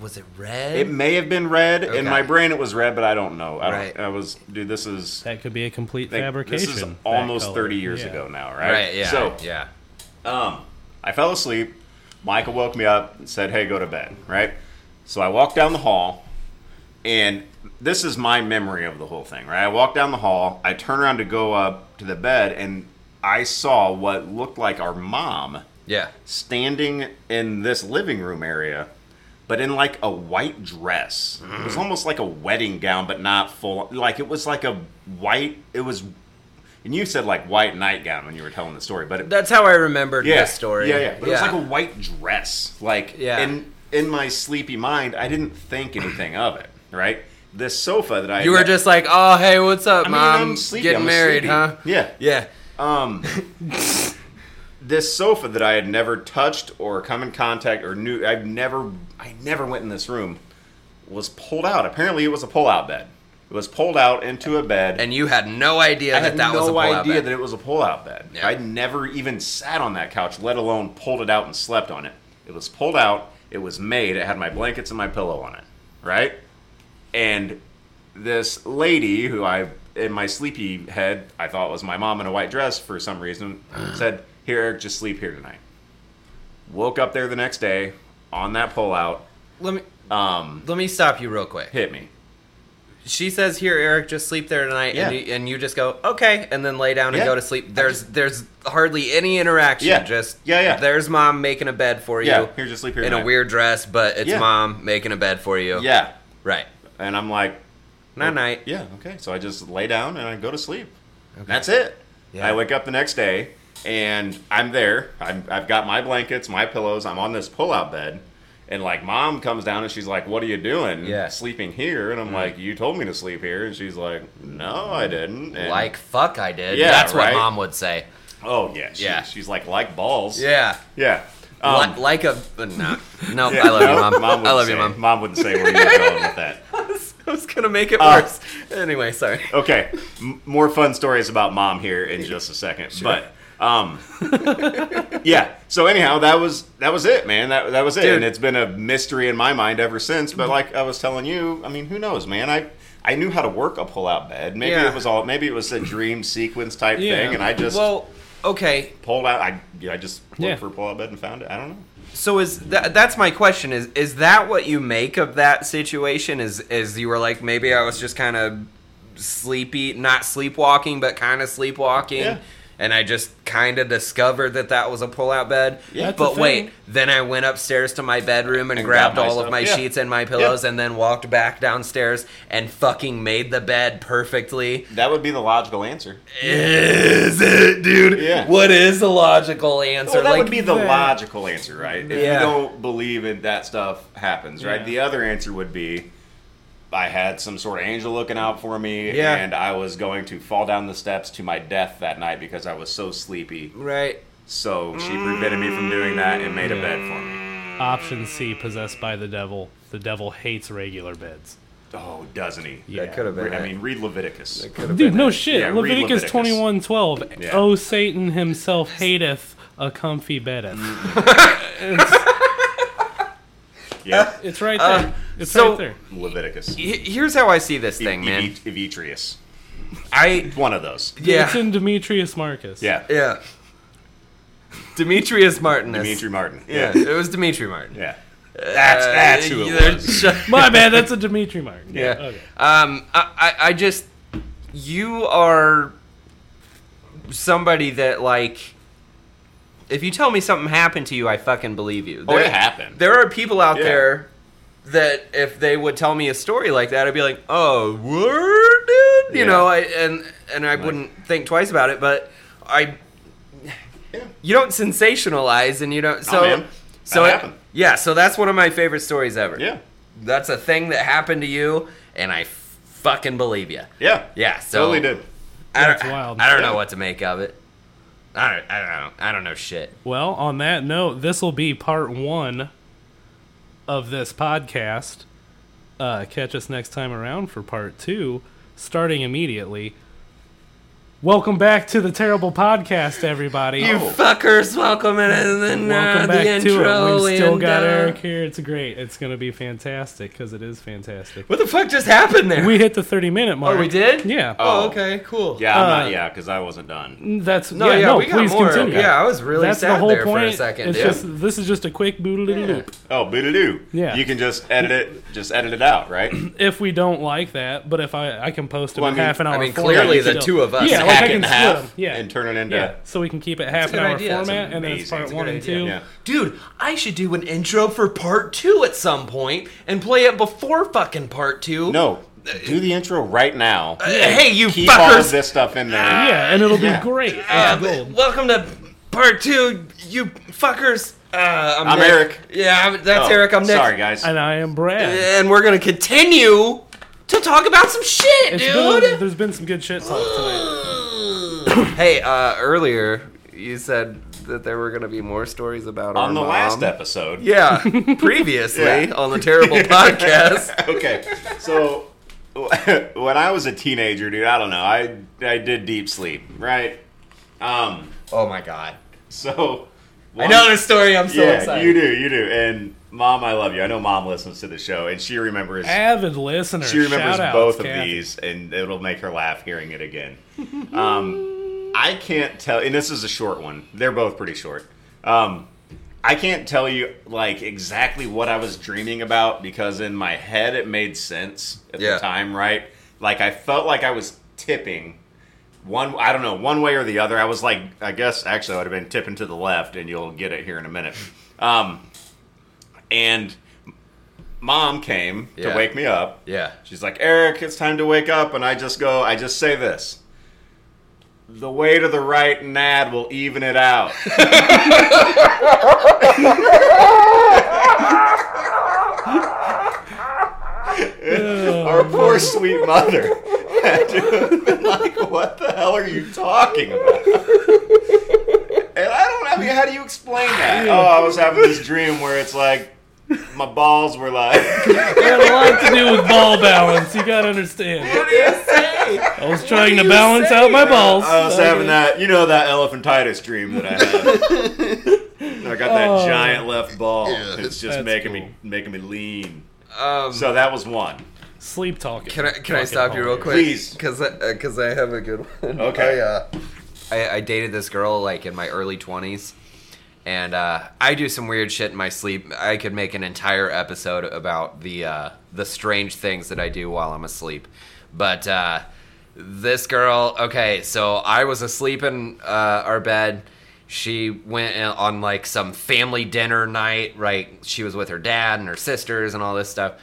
A: Was it red?
C: it may have been red. In
A: Okay.
C: my brain, it was red, but I don't know. I don't.
A: Right.
C: I was, dude. This is
B: That could be a complete
C: like,
B: fabrication.
C: This is
B: that
C: almost
B: color.
C: thirty years
B: Yeah.
C: ago now, right?
A: right. Yeah.
C: So
A: yeah.
C: Um, I fell asleep. Michael woke me up and said, "Hey, go to bed." Right. So I walked down the hall, and this is my memory of the whole thing. Right. I walked down the hall. I turned around to go up to the bed, and I saw what looked like our mom
A: Yeah.
C: standing in this living room area, but in like a white dress. It was almost like a wedding gown, but not full. Like it was like a white. It was. And you said like white nightgown when you were telling the story, but it,
A: That's how I remembered
C: yeah.
A: this story.
C: Yeah, yeah. But it was like a white dress. Like
A: Yeah.
C: in in my sleepy mind, I didn't think anything of it, right? This sofa that I
A: you were just like, oh, hey, what's up,
C: I mean,
A: mom?
C: I'm sleepy.
A: Getting
C: I'm
A: married,
C: sleepy.
A: huh?
C: Yeah.
A: Yeah.
C: Um this sofa that I had never touched or come in contact or knew I've never I never went in this room was pulled out. Apparently it was a pull out bed. It was pulled out into a bed.
A: And you had no idea
C: I
A: that
C: had
A: that
C: no
A: was a pullout
C: idea
A: bed.
C: that it was a pull-out bed.
A: Yeah.
C: I never even sat on that couch, let alone pulled it out and slept on it. It was pulled out. It was made. It had my blankets and my pillow on it, right? And this lady, who I in my sleepy head I thought was my mom in a white dress for some reason, said, "Here, Eric, just sleep here tonight." Woke up there the next day on that pull-out.
A: let me
C: Um,
A: let me stop you real quick.
C: hit me.
A: She says, "Here, Eric, just sleep there tonight,"
C: Yeah.
A: and, you, and you just go, "Okay," and then lay down and
C: Yeah.
A: go to sleep. There's there's hardly any interaction.
C: Yeah.
A: Just
C: Yeah, yeah.
A: There's mom making a bed for you.
C: Yeah, here, just sleep here
A: in
C: tonight.
A: a weird dress, but it's
C: Yeah.
A: mom making a bed for you.
C: Yeah,
A: Right.
C: and I'm like,
A: Night night.
C: Yeah, okay. So I just lay down and I go to sleep. That's it.
A: Yeah.
C: I wake up the next day and I'm there. I'm, I've got my blankets, my pillows. I'm on this pull-out bed. And like mom comes down and she's like, "What are you doing?
A: Yeah. Mm.
C: Sleeping here?" And I'm like, "You told me to sleep here." And she's like, "No, I didn't." And-
A: Like fuck, I did.
C: Yeah,
A: That's
C: right.
A: what mom would say.
C: oh yeah, she,
A: Yeah.
C: She's like, "Like balls."
A: Yeah.
C: yeah.
A: Li-
C: Um,
A: like a no, no.
C: yeah,
A: I love you,
C: no,
A: mom. I
C: wouldn't
A: love you,
C: say-
A: mom.
C: Mom wouldn't say where you're going with that.
A: I was gonna make it
C: Uh,
A: worse. Anyway, sorry.
C: okay, m- more fun stories about mom here in just a second. But um, yeah. So anyhow, that was that was it, man. That that was it,
A: Dude.
C: and it's been a mystery in my mind ever since. But like I was telling you, I mean, who knows, man? I I knew how to work a pull-out bed. Maybe
A: Yeah.
C: it was all. Maybe it was a dream sequence type
B: Yeah.
C: thing, and I just
A: Well, okay.
C: pulled out. I yeah, I just looked
B: Yeah.
C: for a pull-out bed and found it. I don't know.
A: So is that, that's my question is is that what you make of that situation is is you were like maybe I was just kind of sleepy, not sleepwalking but kind of sleepwalking.
C: Yeah.
A: And I just kind of discovered that that was a pull-out bed.
C: Yeah. That's
B: a
A: but
B: thing.
A: wait, then I went upstairs to my bedroom and,
C: And
A: grabbed,
C: grabbed my
A: all of
C: stuff.
A: my
C: Yeah.
A: sheets and my pillows, and then walked back downstairs and fucking made the bed perfectly.
C: That would be the logical answer.
A: Is it, dude?
C: Yeah.
A: What is the logical answer?
C: Well, that
A: like,
C: would be the
B: that.
C: logical answer, right? If
A: Yeah.
C: you don't believe it, that stuff happens, right?
B: Yeah.
C: The other answer would be I had some sort of angel looking out for me,
A: Yeah.
C: and I was going to fall down the steps to my death that night because I was so sleepy.
A: right.
C: So she prevented me from doing that and made a bed for me.
B: Option C: possessed by the devil. The devil hates regular beds.
C: Oh, doesn't he?
B: Yeah.
A: That could have been.
C: Re- I
A: it.
C: mean, read Leviticus.
A: could have
B: Dude,
A: been
B: no
A: it.
B: shit.
C: Yeah, read
B: Leviticus,
C: Leviticus.
B: twenty one twelve.
C: Yeah.
B: Oh, Satan himself hateth a comfy bedeth.
C: Yeah,
B: It's right there. it's
A: Uh, so-
B: right there.
C: Leviticus.
A: He- Here's how I see this thing,
C: Ev-
A: man.
C: Ev- Evitreus.
A: I
C: One of those.
B: It's
A: yeah
B: in Demetrius Marcus.
C: Yeah.
A: yeah. Demetrius Martinus.
C: Dimitri Martin.
A: Yeah, it was Dimitri Martin.
C: Yeah. That's,
A: Uh,
C: that's who
A: they're
C: it was.
A: sh-
B: My bad. That's a Dimitri Marcus.
A: Yeah.
B: Okay.
A: Um, I, I, I just, you are somebody that like if you tell me something happened to you, I fucking believe you.
C: Oh, it happened.
A: There are people out
C: Yeah.
A: there that if they would tell me a story like that, I'd be like, "Oh, word, dude," you
C: Yeah.
A: know, I, and and I wouldn't think twice about it. But I, you don't sensationalize, and you don't. So,
C: man. That
A: so it-
C: happened.
A: yeah, so that's one of my favorite stories ever.
C: Yeah.
A: that's a thing that happened to you, and I fucking believe you.
C: Yeah.
A: Yeah, so
C: totally did.
A: I don't,
B: That's wild.
A: I don't
C: Yeah.
A: know what to make of it. I don't, I don't know. I don't know shit.
B: Well, on that note, this will be part one of this podcast. Uh, catch us next time around for part two, starting immediately. Welcome back to the terrible podcast, everybody.
A: You fuckers, welcome in and then
B: Welcome
A: uh, the
B: back to
A: intro.
B: it. We've still
A: and,
B: got
A: uh,
B: Eric here. It's great. It's going to be fantastic because it is fantastic.
A: What the fuck just happened there?
B: We hit the 30 minute mark.
A: oh, we did.
B: Yeah.
A: Oh,
C: Oh.
A: okay, cool.
C: Yeah, I'm
B: Uh,
C: not. Yeah, because I wasn't done.
B: That's
A: No, yeah,
B: no,
A: we got
B: please
A: more.
B: continue.
A: Yeah, I was really
B: That's
A: sad
B: the whole
A: there
B: point.
A: for a second.
B: it's
A: dude.
B: just this is just a quick boodle little loop.
C: Oh, boo-doo-doo.
B: Yeah.
C: You can just edit it. Just edit it out, right?
B: if we don't like that, but if I I can post them
C: Well, I mean-
B: half an hour.
A: I mean,
B: format,
A: clearly
B: we
A: the
B: can
A: two
B: do-
A: of us
B: Yeah, like
C: Hack
B: I
C: it
B: can
C: in
B: split
C: half
B: them. Yeah,
C: and turn it into.
B: yeah. So we can keep it
A: a
B: half an
A: good
B: hour
A: idea. That's
B: format, and then it's
C: amazing.
B: part
C: It's a
B: one
A: good
B: and
A: idea.
B: two.
C: Yeah.
A: Dude, I should do an intro for part two at some point and play it before fucking part two.
C: No, do the intro right now.
A: Hey, you
C: Keep
A: fuckers.
C: all of this stuff in there.
B: Yeah, and it'll be
C: Yeah.
B: great.
A: Uh,
B: It's gold.
A: welcome to part two, you fuckers. Uh, I'm,
C: I'm
A: Nick.
C: Eric.
A: Yeah, I'm, that's
C: Oh,
A: Eric. I'm Nick.
C: Sorry, guys.
B: And I am Brad.
A: And we're gonna continue to talk about some shit,
B: It's
A: dude.
B: been, there's been some good shit talk tonight.
A: hey, uh, earlier you said that there were going to be more stories about our
C: On the
A: mom.
C: last episode.
A: Yeah, previously
C: Yeah.
A: on the terrible podcast.
C: okay, so when I was a teenager, dude, I don't know, I I did deep sleep, right? Um,
A: Oh my god!
C: so
A: I know this story. I'm so
C: yeah,
A: excited.
C: you do, you do, and mom, I love you. I know mom listens to the show, and she remembers.
B: Avid listener.
C: She remembers
B: shout-outs,
C: both of
B: Kathy.
C: these, and it'll make her laugh hearing it again. Um, I can't tell, and this is a short one. They're both pretty short. Um, I can't tell you like exactly what I was dreaming about because in my head it made sense at
A: Yeah.
C: the time, right? Like I felt like I was tipping one. I don't know one way or the other. I was like, I guess actually I would have been tipping to the left, and you'll get it here in a minute. Um, and mom came
A: Yeah.
C: to wake me up.
A: Yeah.
C: She's like, Eric, it's time to wake up. And I just go, I just say this. The way to the right, Nad, will even it out. Our poor sweet mother had to have been like, what the hell are you talking about? And I don't, I mean, how do you explain that? Oh, I was having this dream where it's like, my balls were like.
B: It had a lot to do with ball balance. You gotta understand.
A: What do you say?
B: I was trying
A: do
B: to
A: you
B: balance
A: say?
B: out my balls.
C: I was having that, you know, that elephantitis dream that I had. I got that
B: Oh.
C: giant left ball. it's just
B: That's
C: making
B: cool.
C: me making me lean.
A: Um,
C: So that was one.
B: Sleep talking.
A: Can I can I
B: Fucking
A: stop you real
B: hilarious.
A: quick?
C: Please.
A: because because I have a good one.
C: Okay.
A: I, uh, I, I dated this girl like in my early twenties, and uh, I do some weird shit in my sleep. I could make an entire episode about the uh, the strange things that I do while I'm asleep, but. Uh, this girl, okay, so I was asleep in uh, our bed. She went in- on like some family dinner night, right? She was with her dad and her sisters and all this stuff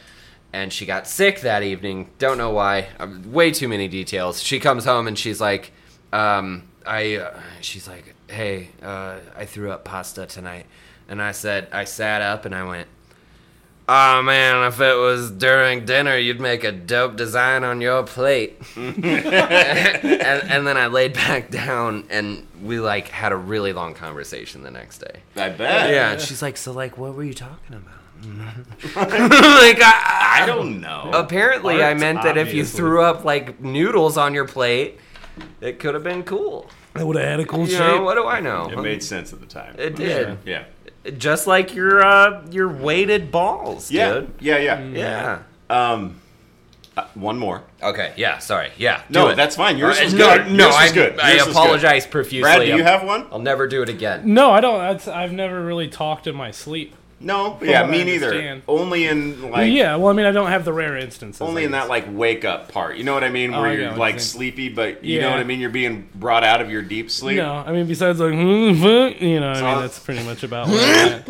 A: and she got sick that evening. Don't know why. Um, way too many details. She comes home and she's like, um, I. Uh, she's like, hey, uh, I threw up pasta tonight, and I said, I sat up and I went. Oh man, if it was during dinner, you'd make a dope design on your plate. and, and then I laid back down, and we like had a really long conversation the next day.
C: I bet.
A: Yeah, and she's like, so like, what were you talking about? like, I,
C: I don't know.
A: Apparently, I
B: Art,
A: meant that if you
B: obviously.
A: threw up like noodles on your plate, it could have been cool.
B: I would have had a cool
A: You
B: shape.
A: know, what do I know?
C: It made sense at the time.
A: um, It did.
C: Yeah.
A: Just like your uh, your weighted balls,
C: Yeah.
A: dude.
C: Yeah. Yeah.
B: Mm.
A: Yeah.
C: Um, uh, one more.
A: Okay. Yeah. Sorry. Yeah. do
C: No,
A: it.
C: that's fine. Yours
A: Uh,
C: is
A: no,
C: good.
A: No,
C: Yours
A: I,
C: is good.
A: I
C: Yours is good.
A: apologize uh, profusely.
C: Brad, do you
A: I'm-
C: have one?
A: I'll never do it again.
B: No, I don't. That's, I've never really talked in my sleep.
C: No, yeah,
B: what I
C: me neither.
B: understand.
C: Only in like
B: yeah, well, I mean, I don't have the rare instances.
C: only
B: I
C: in that
B: guess.
C: like wake up part. You know what I mean?
B: Oh,
C: Where
B: I know
C: you're
B: what
C: like
B: you mean.
C: sleepy, but you know
B: Yeah.
C: what I mean. You're being brought out of your deep sleep.
B: No, I mean, besides like, mm, fuck, you know, I
C: So-
B: mean, that's pretty much about where I'm at.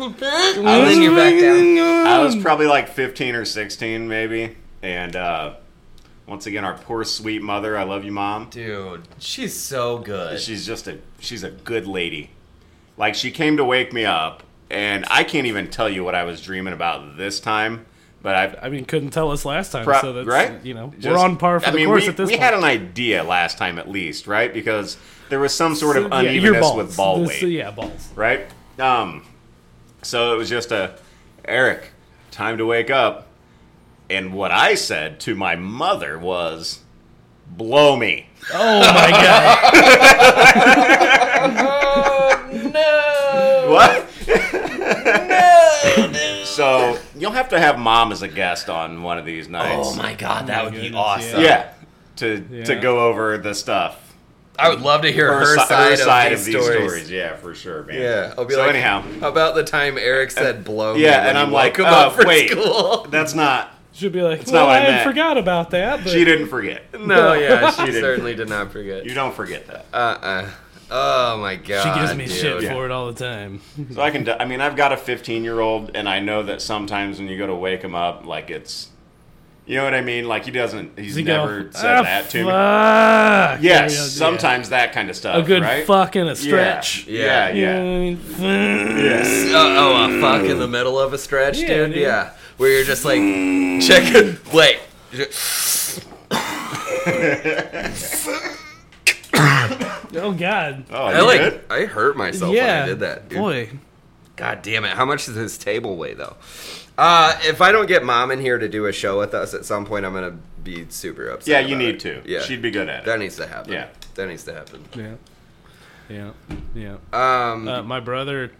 A: And then you're back down.
C: I was probably like 15 or 16, maybe. And uh, once again, our poor sweet mother. I love you, mom.
A: Dude, she's so good.
C: She's just a she's a good lady. Like she came to wake me up, and I can't even tell you what I was dreaming about this time. But I've
B: I mean, couldn't tell us last time,
C: Pro-
B: so that's
C: right?
B: you know
C: Just-
B: we're on par for
C: I
B: the
C: mean,
B: course
C: we,
B: at this
C: we
B: point.
C: had an idea last time at least, right? Because there was some sort of
B: So, yeah, your
C: unevenness
B: balls.
C: with ball
B: This- uh,
C: weight,
B: Yeah, balls.
C: right? Um, so it was just a Eric, time to wake up. And what I said to my mother was, "Blow me."
B: Oh my god!
A: no!
C: What? so you'll have to have mom as a guest on one of these nights.
A: Oh my god, that
B: my
A: would be
B: goodness,
A: awesome.
C: Yeah, to to
B: Yeah.
C: go over the stuff.
A: I would love to hear her,
C: si-
A: side, of, these stories.
C: Yeah, for sure, man.
A: Yeah, I'll be
C: so
A: like,
C: anyhow,
A: about the time Eric said blow me
C: yeah,
A: when
C: and
A: you
C: I'm like,
A: woke him
C: uh,
A: up for
C: wait.
A: school.
C: that's not.
B: Should be like,
C: not
B: well,
C: what I
B: I,
C: meant."
B: forgot about that. But
C: She didn't forget.
A: No, yeah, she
C: didn't.
A: certainly did not forget.
C: You don't forget that.
A: Uh-uh. Oh my god.
B: She gives me
A: dude.
B: shit
C: Yeah.
B: for it all the time.
C: So I can. d- I mean, I've got a 15 year old, and I know that sometimes when you go to wake him up, like it's, you know what I mean. Like he doesn't. He's
B: You go,
C: never said
B: "Ah,
C: that to me.
B: fuck."
C: Yes,
B: There you go.
C: sometimes that kind of
B: a
C: stuff.
B: good
C: right?
B: fuck and a
C: Yeah,
B: stretch.
C: Yeah,
B: You
C: yeah.
B: know what I mean?
A: Uh, oh, a fuck in the middle of a stretch,
B: Yeah,
A: dude?
B: dude.
A: Yeah. Where you're just like, check it. Wait.
B: Oh god.
C: Oh,
A: I
C: you
A: like,
C: good?
A: I hurt myself when
B: yeah.
A: I did that, dude.
B: Boy.
A: God damn it. How much does this table weigh, though? Uh, if I don't get mom in here to do a show with us at some point, I'm going to be super upset.
C: Yeah, you
A: about
C: need
A: it.
C: to.
A: Yeah.
C: She'd be good at
A: That
C: it.
A: needs to happen.
C: Yeah.
A: That needs to happen.
B: Yeah. Yeah. Yeah.
A: Um,
B: Uh, my brother.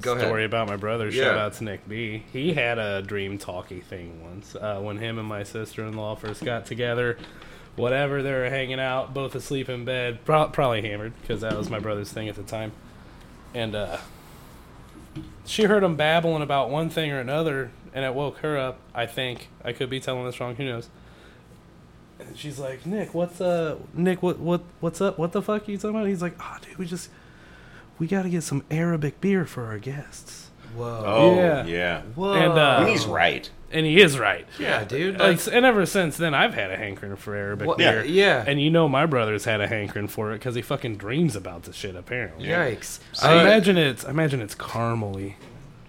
A: Go
B: story
A: ahead.
B: about my brother.
A: Yeah.
B: Shout out to Nick B. He had a dream talkie thing once uh, when him and my sister in law first got together. Whatever they were hanging out, both asleep in bed, pro- probably hammered because that was my brother's thing at the time. And uh, she heard him babbling about one thing or another, and it woke her up. I think I could be telling this wrong. Who knows? And she's like, Nick, what's uh, Nick, what, what, what's up? What the fuck are you talking about? He's like, oh, dude, we just, we got to get some Arabic beer for our guests.
A: Whoa.
C: Oh, yeah.
B: Yeah.
A: Whoa.
B: And, uh,
C: And he's right.
B: And he is right.
A: yeah, dude.
B: Like,
A: Like,
B: s- and ever since then, I've had a hankering for Arabic
A: What-
B: beer.
A: yeah, yeah.
B: And you know, my brother's had a hankering for it because he fucking dreams about this shit. Apparently.
A: yikes.
B: I
A: Uh,
B: imagine it's. I imagine it's caramely.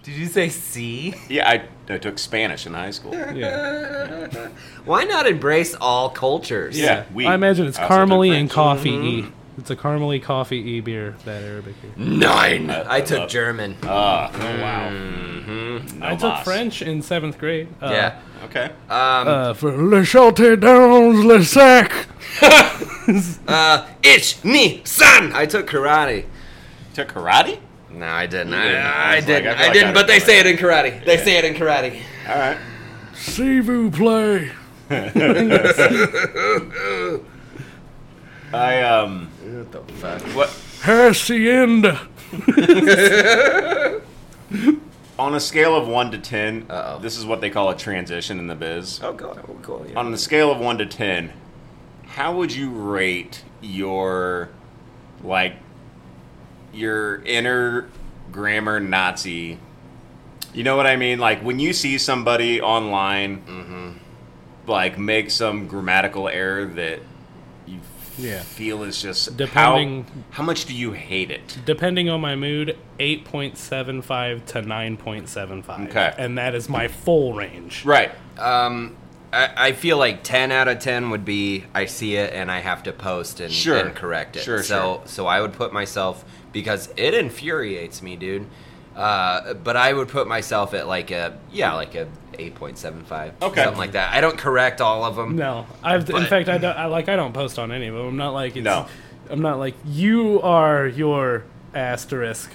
A: did you say C?
C: Yeah, I, I took Spanish in high school.
B: Yeah.
A: Why not embrace all cultures?
C: Yeah, we-
B: I imagine it's
C: I also took
B: caramely
C: French.
B: and coffee e. It's a caramely coffee e beer. That Arabic beer.
A: Nine.
C: I-
A: I,
C: I
A: took
C: love-
A: German.
C: Ah, oh, wow. No
A: Mm-hmm.
B: I took
C: mas.
B: French in seventh grade. Uh,
A: yeah.
C: Okay.
A: Um,
B: Uh, for le Chateau Downs, le Sac.
A: uh, ich, ni, san. I took karate.
C: took karate?
A: No, I didn't.
C: didn't. I
A: I, I
C: was like,
A: didn't.
C: I feel
A: I
C: like
A: didn't.
C: I
A: But they
C: remember
A: say it in karate. They say it in karate.
C: All right.
B: Si vous play.
C: I, um,
A: What the fuck?
C: what,
B: Hacienda.
C: on a scale of 1 to 10,
A: Uh-oh.
C: this is what they call a transition in the biz.
A: Oh god. Oh god. Yeah.
C: On the scale of 1 to 10, how would you rate your, like, your inner grammar Nazi? You know what I mean? Like, when you see somebody online, like, make some grammatical error that you
B: Yeah.
C: feel is just. how-
B: Depending-
C: how much do you hate it?
B: Depending on my mood, 8.75 to 9.75.
C: Okay.
B: And that is my full range.
C: Right.
A: Um, I, I feel like ten out of ten would be I see it and I have to post and,
C: Sure.
A: and correct it.
C: Sure,
A: so so I would put myself because it infuriates me, dude. Uh, but I would put myself at like a yeah, like a eight point seven five,
C: Okay.
A: something like that. I don't correct all of them.
B: No, I've in
A: But-
B: fact I, don't, I like I don't post on any of them. I'm not like it's,
C: No.
B: I'm not like you are your asterisk.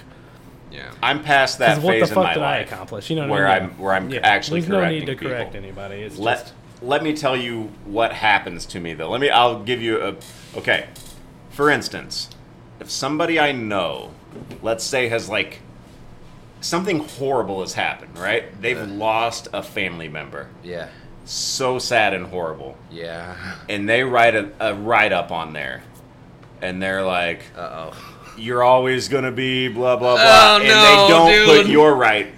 A: Yeah.
C: I'm past that
B: 'Cause
C: phase
B: what the
C: in my
B: fuck did I
C: life.
B: accomplish? You know what
C: where
B: I mean?
C: I'm- where I'm actually
B: There's no need to
C: correcting people.
B: correct anybody. It's
C: Let
B: just
C: let me tell you what happens to me though. Let me I'll give you a okay. For instance, if somebody I know, let's say has like something horrible has happened, right? They've lost a family member.
A: Yeah.
C: So sad and horrible.
A: Yeah.
C: And they write a, a write up on there. And they're like,
A: Uh oh.
C: you're always going to be blah, blah, blah.
A: Oh,
C: and
A: no,
C: they don't
A: dude.
C: put your right.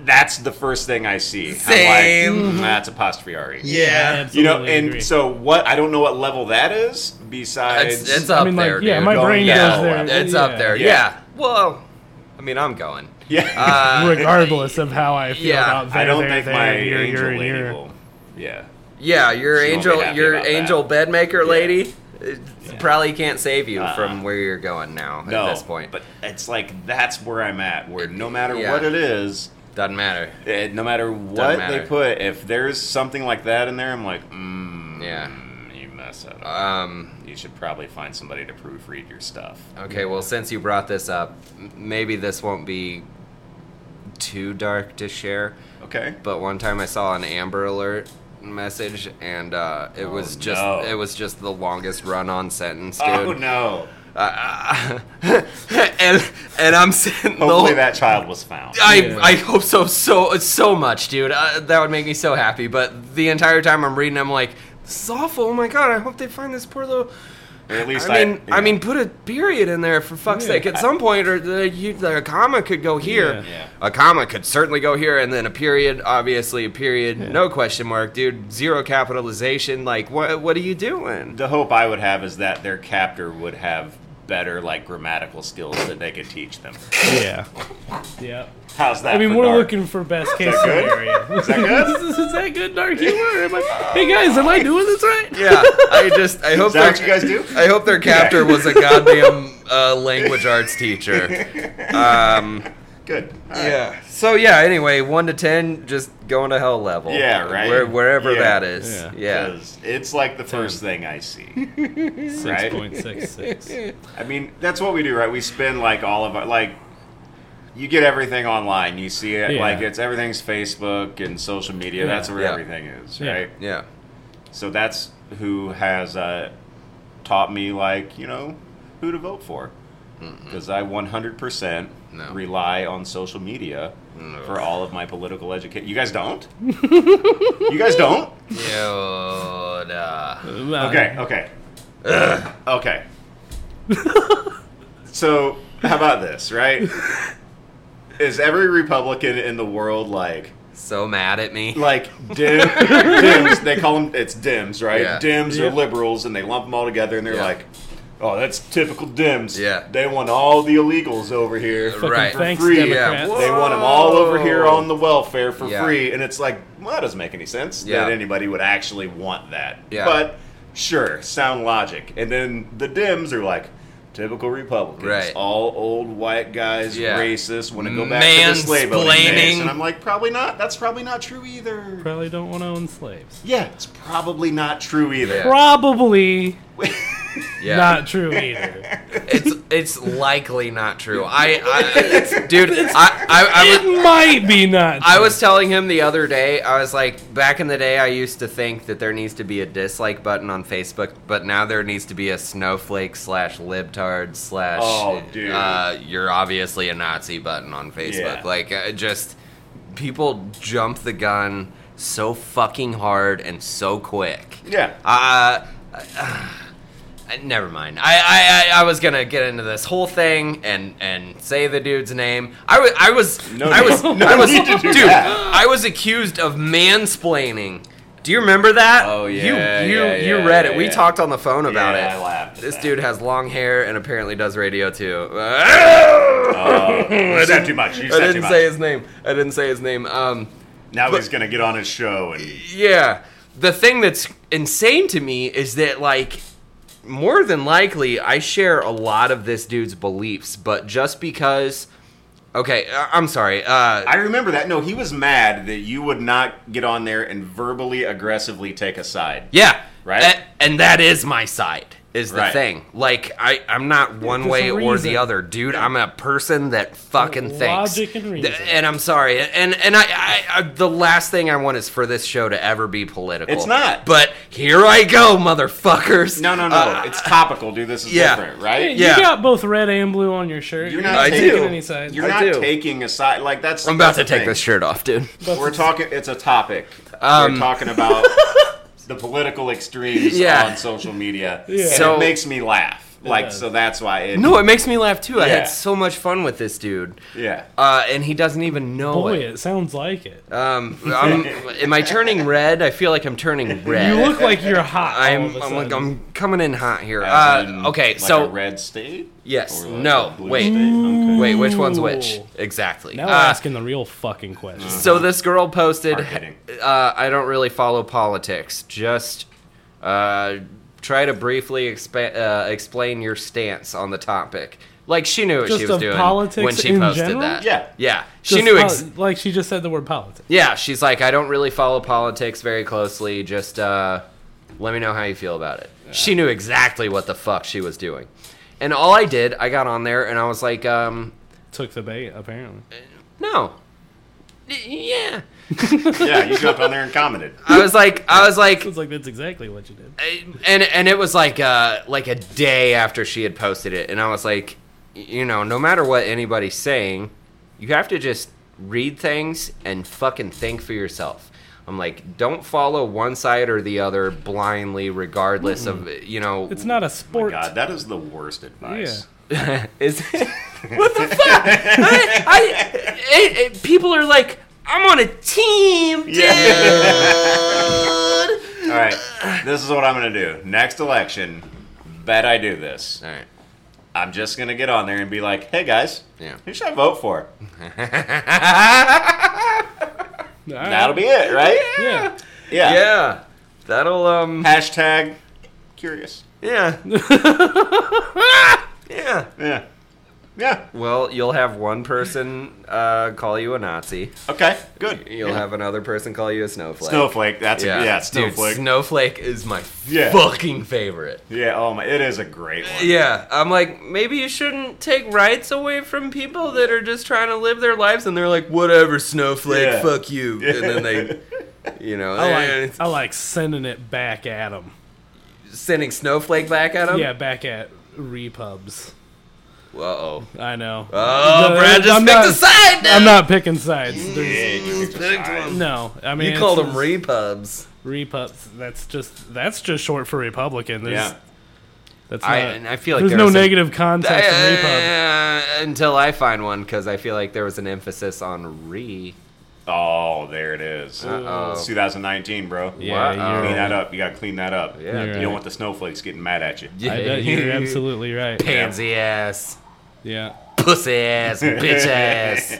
C: That's the first thing I see. I'm
A: Same.
C: like, "Mm, that's apostrophe R-E.
A: Yeah.
C: You know,
B: absolutely
C: and
B: agree.
C: so what? I don't know what level that is besides.
A: It's, it's up
B: I mean, like,
A: there,
B: yeah,
A: dude.
B: my
C: Going
B: brain
C: down.
B: goes there.
A: it's up there. Yeah.
C: Yeah.
A: Well, I mean, I'm going.
C: yeah.
A: Uh,
B: Regardless of how I feel
A: Yeah.
B: about there,
C: I don't
B: there,
C: think
B: there,
C: my
B: here,
C: angel
B: here, and
C: lady
B: here.
C: will. Yeah.
A: yeah, your
C: She won't be
A: angel,
C: happy
A: your
C: about that.
A: angel bedmaker lady it
C: Yeah.
A: probably can't save you
C: Uh-uh.
A: from where you're going now
C: No,
A: at this point.
C: but it's like that's where I'm at. Where no matter
A: Yeah.
C: what it is,
A: doesn't matter.
C: eh, no matter what
A: matter.
C: they put, if there's something like that in there, I'm like, mm,
A: Yeah.
C: you mess up.
A: Um,
C: you should probably find somebody to proofread your stuff.
A: Okay, well, since you brought this up, m- maybe this won't be too dark to share,
C: Okay.
A: but one time I saw an Amber Alert message and uh, it was
C: Oh,
A: just
C: no.
A: it was just the longest run on sentence, dude.
C: Oh no!
A: Uh, and and I'm sitting the
C: Hopefully
A: whole-
C: that child was found.
A: I,
B: Yeah.
A: I hope so so so much, dude. Uh, that would make me so happy. But the entire time I'm reading, I'm like, this is awful. Oh my god, I hope they find this poor little.
C: Or at least
A: I mean,
C: yeah.
A: I mean, put a period in there for fuck's
B: Yeah.
A: sake. At some point, or the, you, the comma could go here.
B: Yeah.
C: Yeah.
A: A comma could certainly go here, and then a period, obviously a period, no question mark, dude. Zero capitalization. Like, what what are you doing?
C: the hope I would have is that their captor would have better like grammatical skills that they could teach them.
B: Yeah. Yeah.
C: How's that?
B: I mean,
C: for
B: we're
C: dark?
B: looking for best case
C: good?
B: scenario. Is that good? is, that good dark humor? Am I, hey guys, am I doing this right?
A: Yeah, I just I hope
C: Is that what you
A: their-
C: guys do?
A: I hope their captor was a goddamn uh, language arts teacher. Um,
C: Good. All right.
A: yeah. So yeah. Anyway, one to ten, just going to hell level.
C: Yeah, right.
A: Where, wherever
C: Yeah.
A: that is.
B: Yeah.
A: Yeah.
C: 'Cause It's like the first thing I see.
B: Six
C: Right.
B: point six six.
C: I mean, that's what we do, right? We spend like all of our like you get everything online. You see it
B: Yeah.
C: like it's everything's Facebook and social media.
B: Yeah.
C: That's where
A: Yeah.
C: everything is,
B: Yeah.
C: right?
A: Yeah.
C: So that's who has uh, taught me like, you know, who to vote for. Because I 100%
A: Mm-hmm. No.
C: rely on social media
A: No.
C: for all of my political education. You guys don't? you guys don't?
A: Dude, uh,
C: Okay, okay. Okay. so, how about this, right? Is every Republican in the world like,
A: so mad at me.
C: like dim, dims? They call them it's dims, right?
A: Yeah.
C: Dims
B: Yeah.
C: are liberals, and they lump them all together, and they're
A: Yeah.
C: like, "Oh, that's typical dims.
A: Yeah.
C: they want all the illegals over here.
A: Fuck
B: Fucking
A: Right.
B: Thanks,
C: Free, yeah.
B: Democrats.
A: Whoa.
C: They want them all over here
A: Whoa.
C: on the welfare for
A: Yeah.
C: free, and it's like, well, that doesn't make any sense
A: Yeah.
C: that anybody would actually want that.
A: Yeah.
C: But sure, sound logic. And then the Dems are like, typical Republicans,
A: Right.
C: all old white guys,
A: Yeah.
C: racist, want to go back to the slave owning
A: Mansplaining.
C: days. And I'm like, probably not. That's probably not true either.
B: Probably don't want to own slaves.
C: yeah, it's probably not true either.
B: Probably
A: Yeah.
B: not true either.
A: It's it's likely not true. I, I it's, dude, I I, I was,
B: it might be not.
A: I was telling him the other day. I was like, back in the day, I used to think that there needs to be a dislike button on Facebook, but now there needs to be a snowflake slash libtard slash.
C: Oh, dude.
A: Uh, you're obviously a Nazi button on Facebook.
C: Yeah.
A: Like, uh, just people jump the gun so fucking hard and so quick.
C: Yeah.
A: Uh, uh, never mind. I, I I- I was gonna get into this whole thing and and say the dude's name. I was I was
C: No
A: I
C: need.
A: was
C: No
A: I was
C: need to do
A: dude.
C: that.
A: I was accused of mansplaining. Do you remember that?
C: Oh, yeah,
A: You you
C: yeah,
A: you
C: yeah,
A: read it.
C: yeah,
A: we
C: yeah.
A: talked on the phone about
C: Yeah,
A: it.
C: I laughed at
A: This
C: that.
A: dude has long hair and apparently does radio too.
C: Uh, you said too much. You
A: I
C: said too
A: didn't
C: much.
A: say his name. I didn't say his name. Um.
C: now he's gonna get on his show and
A: Yeah. The thing that's insane to me is that, like, more than likely, I share a lot of this dude's beliefs, but just because. Okay, I- I'm sorry. Uh,
C: I remember that. No, he was mad that you would not get on there and verbally aggressively take a side.
A: yeah.
C: Right?
A: A- and that is my side. is the
C: Right.
A: thing. Like I, I'm not one
B: there's
A: way
B: a
A: or
B: reason.
A: the other, dude. I'm a person that fucking thinks.
D: Logic and reason.
A: Th- And I'm sorry. And and I, I, I, the last thing I want is for this show to ever be political.
C: It's not.
A: But here I go, motherfuckers.
C: No, no, no.
A: Uh,
C: it's topical, dude. This is
A: yeah.
C: different, right?
D: Hey,
A: Yeah.
D: You got both red and blue on your shirt.
C: You're
D: You're
C: not
A: I
C: taking
A: do.
D: any sides.
C: You're
A: I
C: not
A: do.
C: taking a side. Like that's.
A: I'm about
C: that's
A: to
C: the
A: take
C: thing.
A: this shirt off, dude.
C: We're talking. It's a topic. We're talking about the political extremes
A: Yeah.
C: on social media, and
D: So-
C: it makes me laugh. Like
D: does.
C: so, that's why it.
A: No, it makes me laugh too. I
C: Yeah.
A: had so much fun with this dude,
C: Yeah.
A: uh, and he doesn't even know
D: Boy,
A: it.
D: it sounds like it.
A: Um, I'm, am I turning red? I feel like I'm turning red.
D: You look like you're hot. all of
A: I'm,
D: a
A: I'm,
D: sudden.
A: like, I'm coming in hot here.
C: As
A: Uh,
C: in,
A: okay,
C: like
A: so
C: a red state.
A: Yes.
C: Or like
A: No,
C: a blue
A: wait.
C: state? Okay.
A: wait, which one's which?
D: Ooh.
A: Exactly.
D: now
A: Uh,
D: we're asking the real fucking question.
A: so this girl posted,
C: Marketing.
A: uh, "I don't really follow politics. Just uh, try to briefly expa- uh, explain your stance on the topic." Like she knew what
D: Just
A: she was
D: of
A: doing
D: politics
A: when she
D: in
A: posted
D: general?
A: that.
C: Yeah.
A: Yeah. She
D: Just
A: knew.
D: poli-
A: Ex-
D: like she just said the word politics.
A: yeah. She's like, "I don't really follow politics very closely. Just uh, let me know how you feel about it." She knew exactly what the fuck she was doing. And all I did, I got on there and I was like, um,
D: Took the bait, apparently.
A: No. Y- Yeah.
C: yeah, you jumped on there and commented.
A: I was like, I was like,
D: Sounds like that's exactly what you did.
A: Oh and and it was like uh like a day after she had posted it, and I was like, you know, no matter what anybody's saying, you have to just read things and fucking think for yourself. I'm like, don't follow one side or the other blindly, regardless of you know.
D: It's not a
C: Oh my
D: sport.
C: God, that is the worst advice.
A: Is what the fuck? I, I it, it- people are like, I'm on a team, dude.
C: All right, this is what I'm gonna do. Next election, bet I do this.
A: All right.
C: I'm just gonna get on there and be like, "Hey guys,
A: Yeah.
C: who should I vote for?"
D: All right.
C: That'll be it, right?
D: Ah. Yeah.
C: Yeah.
A: Yeah. That'll um
C: Hashtag curious.
A: yeah. yeah.
C: Yeah. Yeah.
A: Well, you'll have one person uh, call you a Nazi.
C: Okay. Good.
A: You'll
C: Yeah.
A: have another person call you a snowflake.
C: snowflake. That's
A: Yeah,
C: a yeah.
A: Dude,
C: Snowflake.
A: snowflake is my
C: Yeah.
A: fucking favorite.
C: yeah. Oh my. It is a great one.
A: Yeah, I'm like, maybe you shouldn't take rights away from people that are just trying to live their lives, and they're like, whatever, snowflake,
C: Yeah.
A: fuck you, and then they, you know,
D: I
A: eh,
D: like, I like sending it back at them.
A: sending snowflake back at them.
D: Yeah, back at repubs.
A: Uh oh.
D: I know.
A: Oh,
D: The-
A: Brad just
D: I'm
A: picked
D: not-
A: a side. Now.
D: I'm not picking sides. There's,
C: Yeah, you picked a side.
D: no, I mean
A: You called them
D: it's-
A: repubs.
D: repubs. That's just that's just short for Republican. There's,
C: Yeah.
D: That's not,
A: I- and I feel like
D: there's
A: there
D: no
A: was a-
D: negative context in repub.
A: Uh, until I find one, because I feel like there was an emphasis on re.
C: Oh, there it is.
A: Uh-oh.
C: It's 2019, bro.
D: Yeah,
A: Wow.
C: Clean
D: you're,
C: that up. You gotta clean that up.
A: Yeah,
C: You
D: You're
C: don't
D: right.
C: want the snowflakes getting mad at you.
D: I bet you're absolutely right.
A: pansy ass,
D: Yeah,
A: pussy ass, bitch ass,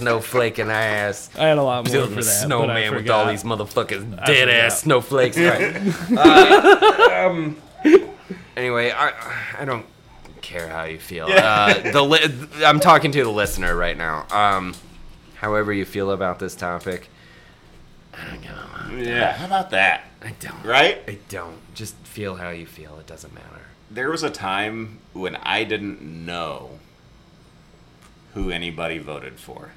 A: snowflaking ass.
D: I had a lot more
A: Build
D: for
A: a
D: that. but I
A: snowman with all
D: forgot.
A: these motherfuckers
D: forgot.
A: dead ass snowflakes. All right. Uh, um, anyway, I I don't care how you feel. Uh, the li- I'm talking to the listener right now. Um, however you feel about this topic, I don't know.
C: Yeah. How about that?
A: I don't.
C: Right?
A: I don't. Just feel how you feel. It doesn't matter.
C: There was a time when I didn't know who anybody voted for,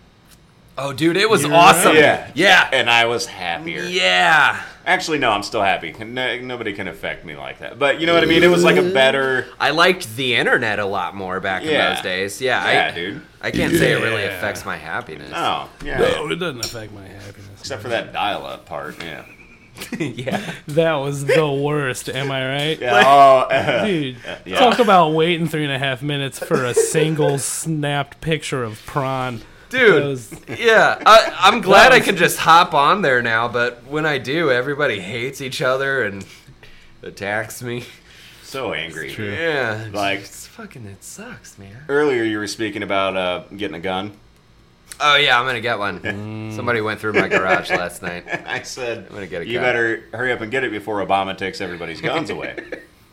A: Oh, dude, it was
D: You're
A: awesome.
C: right. Yeah.
A: Yeah.
C: and I was happier.
A: Yeah.
C: Actually, no, I'm still happy. No, nobody can affect me like that. But you know what I mean? It was like a better.
A: I liked the internet a lot more back
C: Yeah.
A: in those days. Yeah.
C: Yeah,
A: I,
C: dude.
A: I can't say it really
D: Yeah.
A: affects my happiness.
C: Oh, yeah.
D: No, it doesn't affect my happiness.
C: Except for that dial up part. Yeah.
A: yeah.
D: That was the worst. Am I right?
C: Yeah. oh,
D: Dude,
C: yeah.
D: talk about waiting three and a half minutes for a single snapped picture of prawn.
A: Dude.
D: Those-
A: Yeah. I, I'm glad I can just hop on there now, but when I do, everybody hates each other and attacks me.
C: so angry.
D: true.
A: Yeah.
C: Like-
A: it's fucking, it sucks, man.
C: Earlier, you were speaking about uh, getting a gun.
A: Oh, yeah, I'm going to get one. Somebody went through my garage last night.
C: I said,
A: gonna get a
C: you
A: gun."
C: better hurry up and get it before Obama takes everybody's guns away.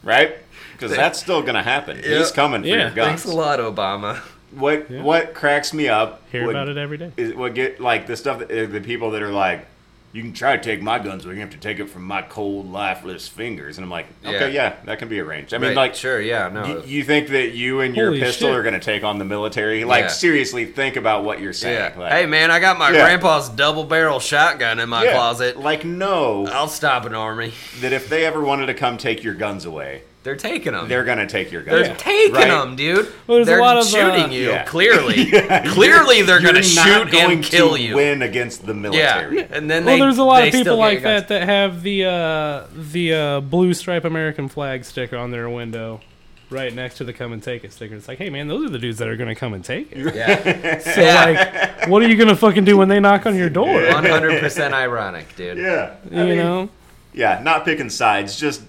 C: right? Because that's still going to happen.
A: Yeah.
C: He's coming for
D: Yeah.
C: your guns.
A: Thanks a lot, Obama.
C: What, what cracks me up
D: Hear
C: would-
D: about it every day.
C: is what get like the stuff that, uh, the people that are like you can try to take my guns, but you have to take it from my cold, lifeless fingers. And I'm like, okay,
A: Yeah.
C: yeah, that can be arranged. I mean,
A: Right,
C: like,
A: sure, yeah, no.
C: You, you think that you and your
B: Holy
C: pistol
B: shit.
C: are going to take on the military? Like,
A: Yeah.
C: seriously, think about what you're saying.
A: yeah.
C: Like,
A: hey man, I got my
C: Yeah.
A: grandpa's double barrel shotgun in my
C: yeah,
A: closet.
C: Like, no,
A: I'll stop an army.
C: that if they ever wanted to come take your guns away,
A: They're taking them.
C: they're going to take your
A: They're
C: guns. away,
A: taking
C: right?
A: them, dude.
B: Well, there's a
A: they're
B: lot of, uh,
A: shooting you.
C: Yeah.
A: Clearly, clearly they're
C: You're
A: gonna
C: not
A: shoot
C: going
A: and kill
C: to
A: you.
C: Win against the
A: Yeah,
C: military.
A: and then
B: Well,
A: they,
B: there's a lot
A: they
B: of people
A: still
B: like
A: get guns.
B: that that have the uh, the uh, blue stripe American flag sticker on their window, right next to the "Come and Take It" sticker. It's like, hey man, those are the dudes that are gonna come and take it.
A: Yeah,
B: So like, what are you gonna fucking do when they knock on your door?
A: one hundred percent ironic, dude.
C: Yeah, I
B: you
C: mean,
B: know?
C: Yeah, not picking sides, just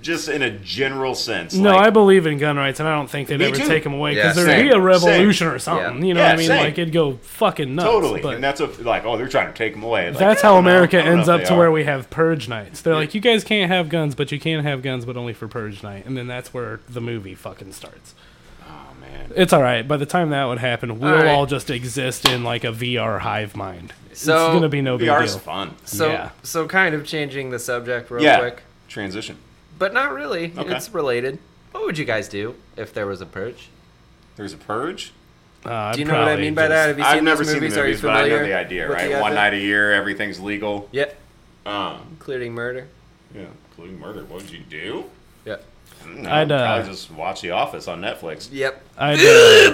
C: just in a general sense.
B: No,
C: like,
B: I believe in gun rights, and I don't think they'd
C: Me
B: ever
C: too.
B: take them away
A: Yeah,
B: because there'd be
C: same,
B: a revolution or something.
A: Yeah.
B: You know
C: Yeah,
B: what I mean?
C: same.
B: Like it'd go fucking nuts.
C: totally,
B: but-
C: and that's what like oh they're trying to take them away. Like,
B: That's
C: I
B: how
C: don't know.
B: America
C: I don't know
B: ends
C: if
B: up
C: they
B: to
C: are.
B: where we have purge nights. They're like, you guys can't have guns, but you can have guns, but only for purge night. And then that's where the movie fucking starts.
C: Oh man,
B: It's all right. By the time that would happen, we'll all,
A: right.
B: just exist in like a VR hive mind.
A: So,
B: it's gonna be no big
C: VR's
B: deal.
C: fun.
A: So,
B: Yeah.
A: so kind of changing the subject real
C: yeah,
A: quick,
C: transition.
A: but not really.
C: Okay.
A: It's related. What would you guys do if there was a purge?
C: There's a purge.
B: Uh,
A: Do you know what I mean by that? Have you seen
C: I've never
A: those
C: seen the
A: movies? Are you
C: movies, but I
A: familiar?
C: know the idea,
A: with
C: right?
A: the
C: One
A: idea?
C: night a year, everything's legal.
A: Yep,
C: Um,
A: including murder.
C: yeah, including murder. What would you do?
A: Yep.
C: No,
B: I'd, uh,
C: probably just watch The Office on Netflix.
A: Yep.
B: I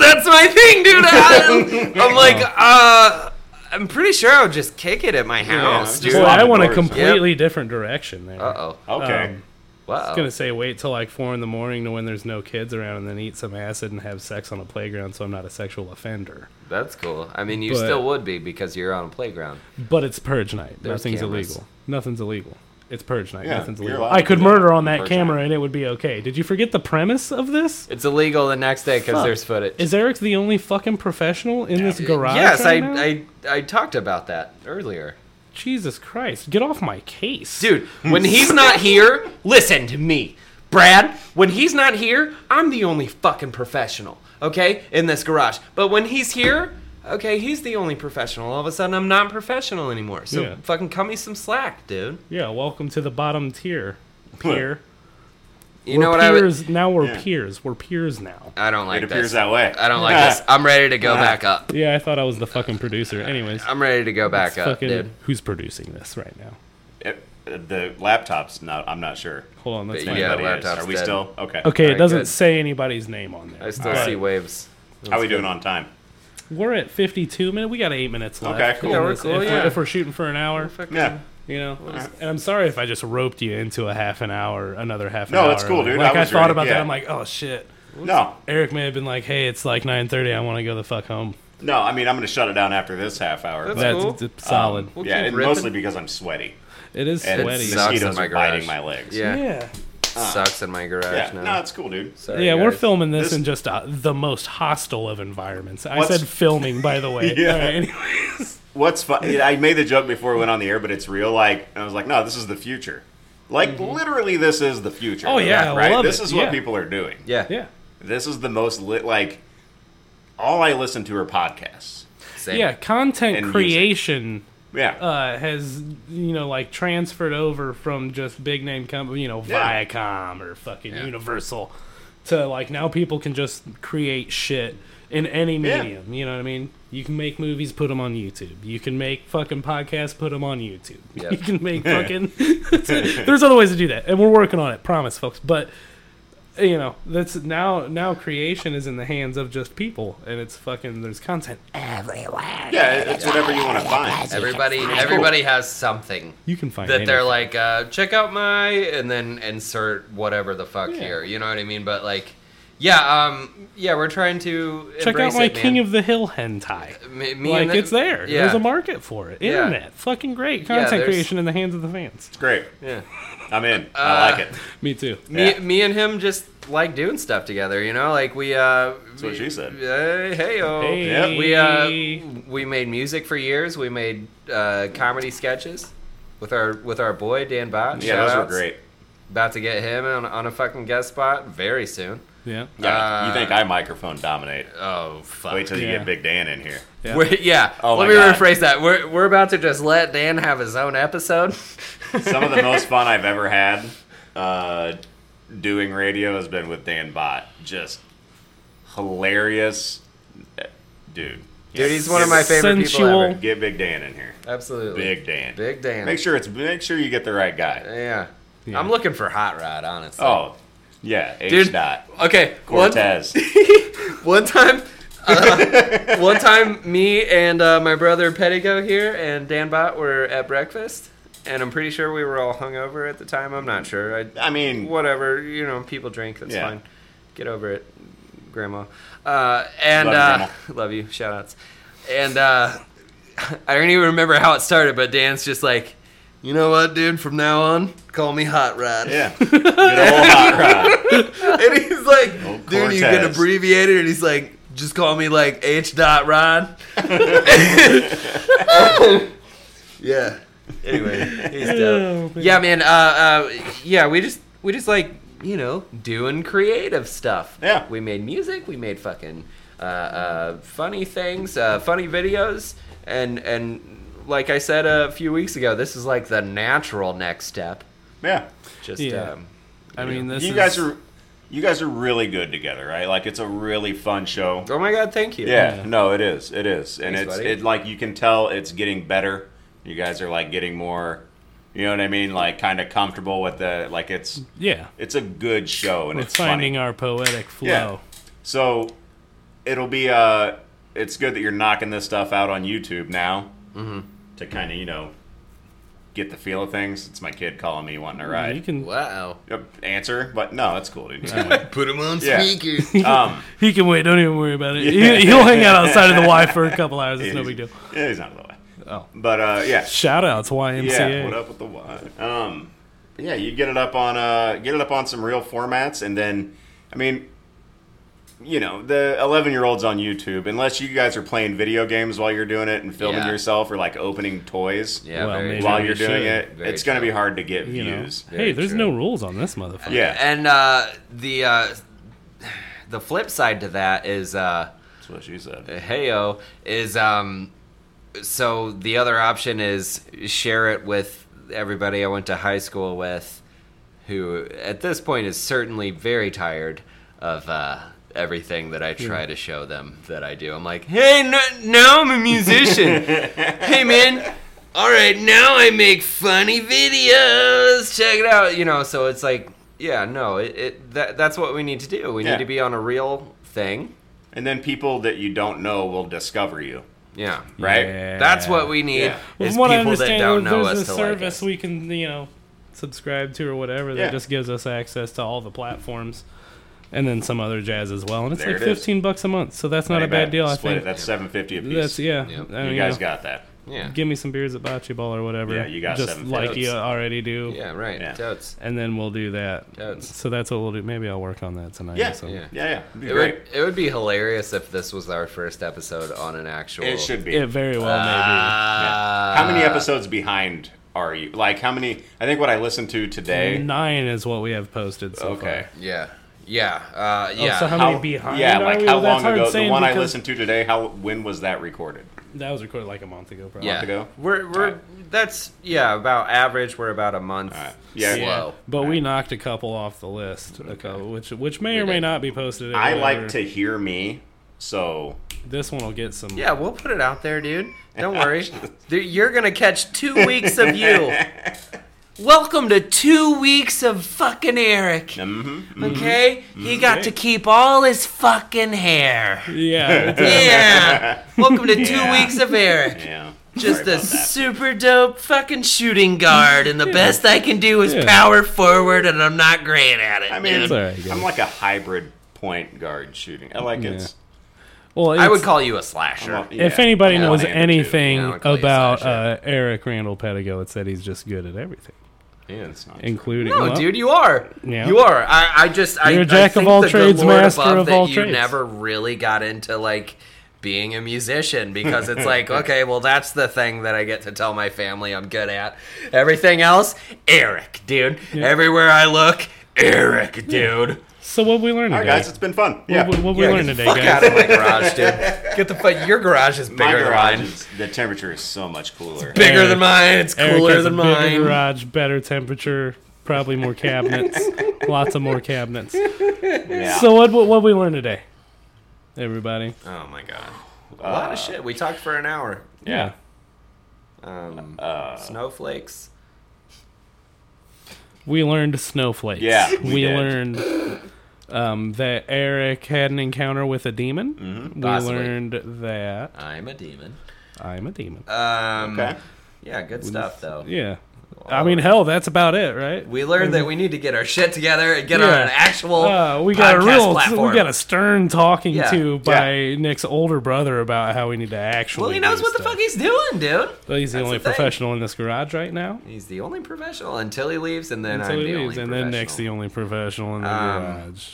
A: That's my thing, dude. I, I'm like, uh, I'm pretty sure I would just kick it at my house, dude.
C: just
B: I
C: Lock
B: went a
C: the doors.
B: completely different direction there.
A: Uh oh.
C: Okay.
B: Um,
A: Wow.
B: gonna say wait till like four in the morning to when there's no kids around, and then eat some acid and have sex on a playground, so I'm not a sexual offender.
A: That's cool. I mean, you
B: But-
A: still would be because you're on a playground.
B: But it's purge night.
A: There's
B: Nothing's
A: cameras.
B: illegal. Nothing's illegal. It's purge night.
C: Yeah,
B: Nothing's
C: you're
B: illegal.
C: allowed
B: I
C: to
B: could
C: do that
B: murder
C: on
B: on that
C: purge
B: camera
C: night.
B: and it would be okay. Did you forget the premise of this?
A: It's illegal the next day because
B: Fuck.
A: there's footage.
B: Is Eric the only fucking professional in this garage?
A: yes,
B: right now?
A: I, I I talked about that earlier.
B: Jesus Christ, get off my case,
A: Dude,
C: Hmm.
A: when he's not here, listen to me. Brad, when he's not here, I'm the only fucking professional, okay, in this garage. But when he's here, okay, he's the only professional. All of a sudden, I'm not professional anymore. So
B: Yeah.
A: fucking cut me some slack, dude.
B: Yeah, welcome to the bottom tier. Peer.
A: You know what I would.
B: peers. Now we're
C: Yeah.
B: peers. We're peers now.
A: I don't like
C: it
A: this.
C: appears that way.
A: I don't like this. I'm ready to go back up.
B: Yeah, I thought I was the fucking producer. Anyways,
A: I'm ready to go back up,
B: fucking
A: dude.
B: who's producing this right now?
C: It- the laptop's not. I'm not sure.
B: Hold on, let's
A: But
B: find
A: yeah,
B: out.
C: Anybody is.
A: laptop's
C: Are we
A: dead.
C: still okay?
B: Okay, it
A: Alright,
B: doesn't
A: good.
B: say anybody's name on there.
A: I still
B: But
A: see waves.
C: How we doing on time?
B: We're at 52 minutes. We got eight minutes left.
C: Okay, cool.
B: in
A: Yeah, we're
B: this-
A: cool,
B: if,
A: yeah.
B: if we're shooting for an hour,
C: Yeah.
B: you know. And I'm sorry if I just roped you into a half an hour, another half. an
C: No,
B: hour.
C: it's cool, dude.
B: Like
C: I
B: I,
C: was
B: thought
C: ready,
B: about that.
C: yeah.
B: I'm like, oh shit.
C: No,
B: Eric may have been like, hey, it's like 9:30. I want to go the fuck home.
C: no. I mean, I'm going to shut it down after this half hour.
A: That's
C: but-
B: That's
A: cool. Um,
B: it's- it's solid.
A: We'll
C: yeah,
A: keep
C: and
A: ripping.
C: mostly because I'm sweaty
B: it is
C: and
B: sweaty.
A: sucks in
C: mosquitoes
A: my
C: are biting
A: garage.
C: my legs.
A: Yeah,
B: Yeah.
A: sucks in my garage
C: Yeah.
A: now.
C: No, it's cool, dude.
A: Sorry,
B: Yeah, we're
A: guys.
B: filming this,
C: This-
B: in just uh, the most hostile of environments. I
C: What's-
B: said filming, by the way.
C: Yeah.
B: All right, anyways.
C: What's fun? I made the joke before we went on the air, but it's real. Like, and I was like, no, this is the future. Like, literally, this is the future.
B: Oh, yeah, I
C: right.
B: love
C: this
B: it,
C: is what
B: yeah.
C: people are doing.
A: Yeah,
B: Yeah.
C: This is the most lit. Like, all I listen to are podcasts.
A: same.
B: Yeah, content
C: And music.
B: creation.
C: Yeah.
B: uh, has you know like transferred over from just big name company, you know
C: Yeah.
B: Viacom or fucking Universal, to like now people can just create shit in any
C: Yeah.
B: medium. You know what I mean? You can make movies, put them on YouTube. You can make fucking podcasts, put them on YouTube.
A: Yeah.
B: You can make fucking. There's other ways to do that, and we're working on it. Promise, folks. But you know that's now now creation is in the hands of just people, and it's fucking. There's content everywhere.
C: yeah. It's whatever you want to find.
A: Everybody, everybody has something
B: You can find
A: that they're
B: anything.
A: like, uh, check out my, and then insert whatever the fuck here. You know what I mean? But like, yeah, um, yeah, we're trying to
B: Check out
A: embrace
B: my
A: it,
B: King
A: man.
B: of the Hill hentai.
A: Me- me
B: Like
A: and the-
B: it's there.
A: Yeah,
B: There's a market for it.
A: Yeah.
B: Internet, fucking great
A: Yeah,
B: content
A: there's-
B: creation in the hands of the fans.
C: It's great.
A: yeah.
C: I'm in.
A: Uh,
C: I like it.
B: Me too.
A: Me,
C: Yeah.
A: me and him just like doing stuff together. You know, like we. Uh, That's
C: what she said.
A: Hey, hey,
B: Hey.
A: Oh, We uh, we made music for years. We made uh, comedy sketches with our with our boy Dan Bott.
C: Yeah, those were
A: Shoutouts.
C: great.
A: About to get him on, on a fucking guest spot very soon.
B: Yeah.
C: Yeah,
A: Uh,
C: you think I microphone dominate?
A: Oh fuck.
C: Wait till you
B: Yeah.
C: get Big Dan in here.
B: Yeah.
A: We're- yeah.
C: Oh
A: Let
C: my
A: me
C: God.
A: rephrase that. We're, we're about to just let Dan have his own episode.
C: Some of the most fun I've ever had uh, doing radio has been with Dan Bott. Just hilarious, dude.
A: Dude, he's one of my favorite people
B: Sensual.
A: ever.
C: Get Big Dan in here.
A: Absolutely.
C: Big Dan.
A: Big Dan.
C: Make sure it's make sure you get the right guy.
A: Yeah.
B: Yeah.
A: I'm looking for Hot Rod, honestly.
C: Oh, yeah, H
A: Dude.
C: dot
A: Oh, Okay. One,
C: Cortez.
A: one time. uh, one time, me and uh, my brother Pettigo here and Dan Bott were at breakfast, and I'm pretty sure we were all hungover at the time. I'm not sure. I,
C: I mean,
A: whatever you know people drink that's
C: Yeah.
A: fine get over it grandma uh, and
C: Love you,
A: uh, love you shout outs and uh, i don't even remember how it started but dan's just like you know what dude from now on call me hot rod
C: yeah, good old hot rod.
A: and he's like
C: Old
A: dude you can
C: Cortez.
A: abbreviate it and he's like just call me like h dot rod yeah anyway he's dope
B: Oh, man.
A: yeah man uh, uh yeah we just we just like you know doing creative stuff
C: Yeah.
A: we made music we made fucking uh, uh funny things uh funny videos and and like i said a few weeks ago this is like the natural next step
C: Yeah,
A: just
B: Yeah.
A: um
B: I mean, this
C: you
B: is,
C: guys are you guys are really good together, right? Like it's a really fun show.
A: oh my god thank you
C: Yeah, no, it is, it is, and
A: Thanks,
C: it's
A: buddy.
C: it like you can tell it's getting better. You guys are like getting more, you know what I mean? Like kind of comfortable with the like it's
B: yeah.
C: it's a good show and
B: We're
C: it's
B: finding
C: funny.
B: our poetic flow.
C: Yeah. So it'll be uh it's good that you're knocking this stuff out on YouTube now to kind of, you know, get the feel of things. It's my kid calling me wanting to
B: You
C: ride.
B: can
A: wow
C: Yep, answer, but no, it's cool, dude.
A: put him on
C: Yeah.
A: speaker
C: um,
B: he can wait. Don't even worry about it.
C: Yeah.
B: He, he'll hang out outside of the Y for a couple hours. It's no big deal.
C: Yeah, he's not the way.
B: Oh.
C: But uh, yeah,
B: Shout outs
C: yeah.
B: YMCA.
C: What up with the wine? Um, yeah, you get it up on uh, get it up on some real formats, and then, I mean, you know, the eleven year olds on YouTube, unless you guys are playing video games while you're doing it and filming
A: Yeah.
C: yourself or like opening toys
A: yeah
B: Well,
A: very
B: maybe.
A: true.
C: while
B: Yeah,
C: you're
B: we
C: doing
B: should.
C: it,
A: Very
C: it's going to be hard to get
B: you know.
C: views.
A: Very
B: Hey, there's
A: true.
B: no rules on this motherfucker.
C: Yeah,
A: and uh the uh the flip side to that is uh
C: that's what she said.
A: heyo is um so the other option is share it with everybody I went to high school with who at this point is certainly very tired of uh everything that I try to show them that I do. I'm like, "Hey, no, now I'm a musician. hey man, all right, now I make funny videos. Check it out." You know, so it's like, yeah, no, it, it that that's what we need to do. We
C: Yeah.
A: need to be on a real thing.
C: And then people that you don't know will discover you,
A: Yeah.
C: right?
B: Yeah.
A: That's what we need
C: Yeah.
B: Well,
A: is
B: From what I
A: people that
B: understand,
A: don't know
B: there's
A: us
B: a
A: to like
B: service
A: us.
B: we can, you know, subscribe to or whatever that
C: Yeah.
B: just gives us access to all the platforms, and then some other jazz as well. And it's
C: There
B: like
C: it is.
B: fifteen bucks a month, so that's not
C: Hey,
B: a bad
C: man,
B: deal. I
C: Split
B: think
C: it. that's seven fifty a piece.
B: that's yeah.
A: Yep.
B: I mean,
C: you guys
B: know,
C: got that.
A: yeah.
B: give me some beers at Bocce Ball or whatever.
C: Yeah, you got
B: just
C: seven
B: like
C: fifths.
B: you already do.
A: Yeah, right.
C: Yeah.
A: Totes.
B: And then we'll do that.
A: Totes.
B: So that's what we'll do. Maybe I'll work on that tonight.
C: Yeah,
B: or something.
C: yeah, yeah. It'd be
A: It
C: great.
A: would, it would be hilarious if this was our first episode on an actual. uh,
C: It should be.
B: It very well
A: Ah.
C: How many episodes behind are you? Like how many? I think what I listened to
B: may be.
C: today.
B: Nine is what we have posted so far.
C: Okay.
A: Yeah. Yeah.
C: Oh,
A: Uh, yeah.
B: so how many behind
C: Yeah,
B: are
C: like
B: we? Well,
C: how
B: that's
C: long
B: hard
C: ago? The
B: saying
C: one I
B: because-
C: listened to today. How when was that recorded?
B: That was recorded like a month ago, probably.
A: yeah.
C: ago?
A: We're we're that's yeah about average. We're about a month.
C: All right. Yeah.
B: Yeah,
A: Slow.
B: but we knocked a couple off the list, a couple, which which may or
A: did.
B: may not be posted.
C: I like
B: whatever.
C: to hear me. So
B: This one will get some.
A: Yeah, we'll put it out there, dude. Don't worry. Dude, You're gonna catch two weeks of you. Welcome to two weeks of fucking Eric.
C: Mm-hmm,
A: Okay, he got to keep all his fucking hair.
B: yeah. it's-
A: Yeah. Welcome to two
C: Yeah.
A: weeks of Eric.
C: yeah.
A: Just
C: Sorry
A: a
C: about that.
A: super dope fucking shooting guard, and the best I can do is
B: Yeah.
A: power forward, and I'm not great at it.
C: I mean,
B: It's all right, guys.
C: I'm like a hybrid point guard shooting. I like it's.
B: Well,
A: I would
B: it's-
A: call you a slasher.
C: I'm a-
B: If
C: yeah,
B: anybody
C: I'm a
B: knows
C: amateur, too.
B: anything
A: Yeah, I'll call you
B: about
A: Sasha.
B: uh, Eric Randall Pedigo, it's that he's just good at everything,
C: Yeah, it's not true.
B: including.
A: No,
B: well,
A: dude, you are.
B: Yeah.
A: You are. I, I just I,
B: You're a
A: I
B: jack of
A: think
B: all
A: the good
B: trades,
A: Lord
B: master
A: above
B: of
A: that
B: all
A: you
B: trades.
A: never really got into like being a musician because it's like, okay, well that's the thing that I get to tell my family I'm good at. Everything else, Eric, dude. Everywhere I look, Eric, dude.
B: So what we learned
C: All right,
B: today?
C: guys, it's been fun. Yeah.
B: What, what we
A: Yeah,
B: learned
A: get the
B: today,
A: fuck out
B: guys?
A: of my garage, dude. Get the fuck. Your garage is
C: My
A: bigger than
C: garage,
A: mine.
C: is, the temperature is so much cooler.
A: Bigger
B: Eric-
A: than mine. It's
B: Eric
A: cooler
B: has
A: than
B: a bigger
A: mine.
B: garage, better temperature, probably more cabinets, lots of more cabinets.
C: Yeah.
B: So what what, what we learned today, everybody?
A: Oh my god. A lot
C: Uh,
A: of shit. We talked for an hour.
B: Yeah.
A: Um,
C: uh,
A: snowflakes.
B: We learned snowflakes.
C: Yeah, we
B: We,
C: did.
B: learned um, that Eric had an encounter with a demon. Mm-hmm, we
A: possibly.
B: learned that
A: I'm a demon.
B: I'm a demon.
A: Um,
C: okay.
A: Yeah, good stuff though.
B: yeah. I mean, hell, that's about it, right?
A: We learned that we need to get our shit together and get on
B: Yeah.
A: an actual
B: Uh, we got a
A: podcast
B: real,
A: platform.
B: we got a stern talking
A: Yeah.
B: to by Nick's older brother about how we need to actually.
A: well, he knows
B: do
A: what the
B: stuff.
A: fuck he's doing, dude.
B: Well, he's the
A: That's
B: only
A: the thing.
B: professional in this garage right now.
A: He's the only professional until he leaves, and then
B: Until
A: I'm
B: he
A: the
B: leaves,
A: only
B: and then Nick's the only professional in the
A: Um,
B: garage.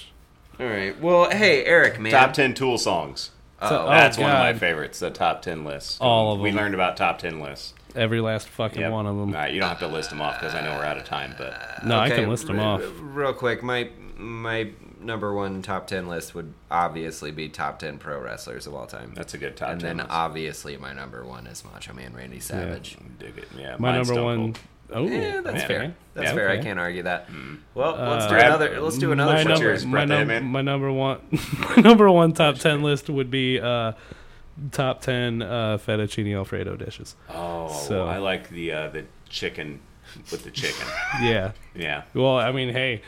A: All right. Well, hey, Eric, man.
C: Top 10 tool songs.
B: So-
A: Uh-oh.
C: That's one of my
B: Oh, God.
C: favorites, the top 10 lists.
B: All of
C: We
B: them.
C: learned about top 10 lists.
B: Every last fucking
C: Yep.
B: one of them.
C: All right, you don't have to list them off because I know we're out of time, but
B: No, I
A: Uh, Okay,
B: can list them
A: r-
B: off.
A: r- real quick. My my number one top ten list would obviously be top ten pro wrestlers of all time.
C: that's a good top
A: and
C: 10
A: then
C: list.
A: obviously my number one is Macho Man Randy Savage.
C: Dig it. Yeah,
B: My
C: mine's
B: number
C: Stone
B: one
C: Cold.
B: oh
A: Yeah, that's
B: okay.
A: fair. That's
C: Yeah,
A: fair. I
B: okay. Uh,
A: can't argue that. Well, let's do
C: Brad,
A: another. Let's do another.
B: my
A: show.
B: number,
C: Cheers,
B: my,
C: Brett
B: num-
C: Heyman.
B: my number one, my number one top ten list would be uh, top ten uh, fettuccine alfredo dishes.
C: Oh,
B: So-
C: I like the uh, the chicken with the chicken.
B: Yeah.
C: Yeah.
B: Well, I mean, hey,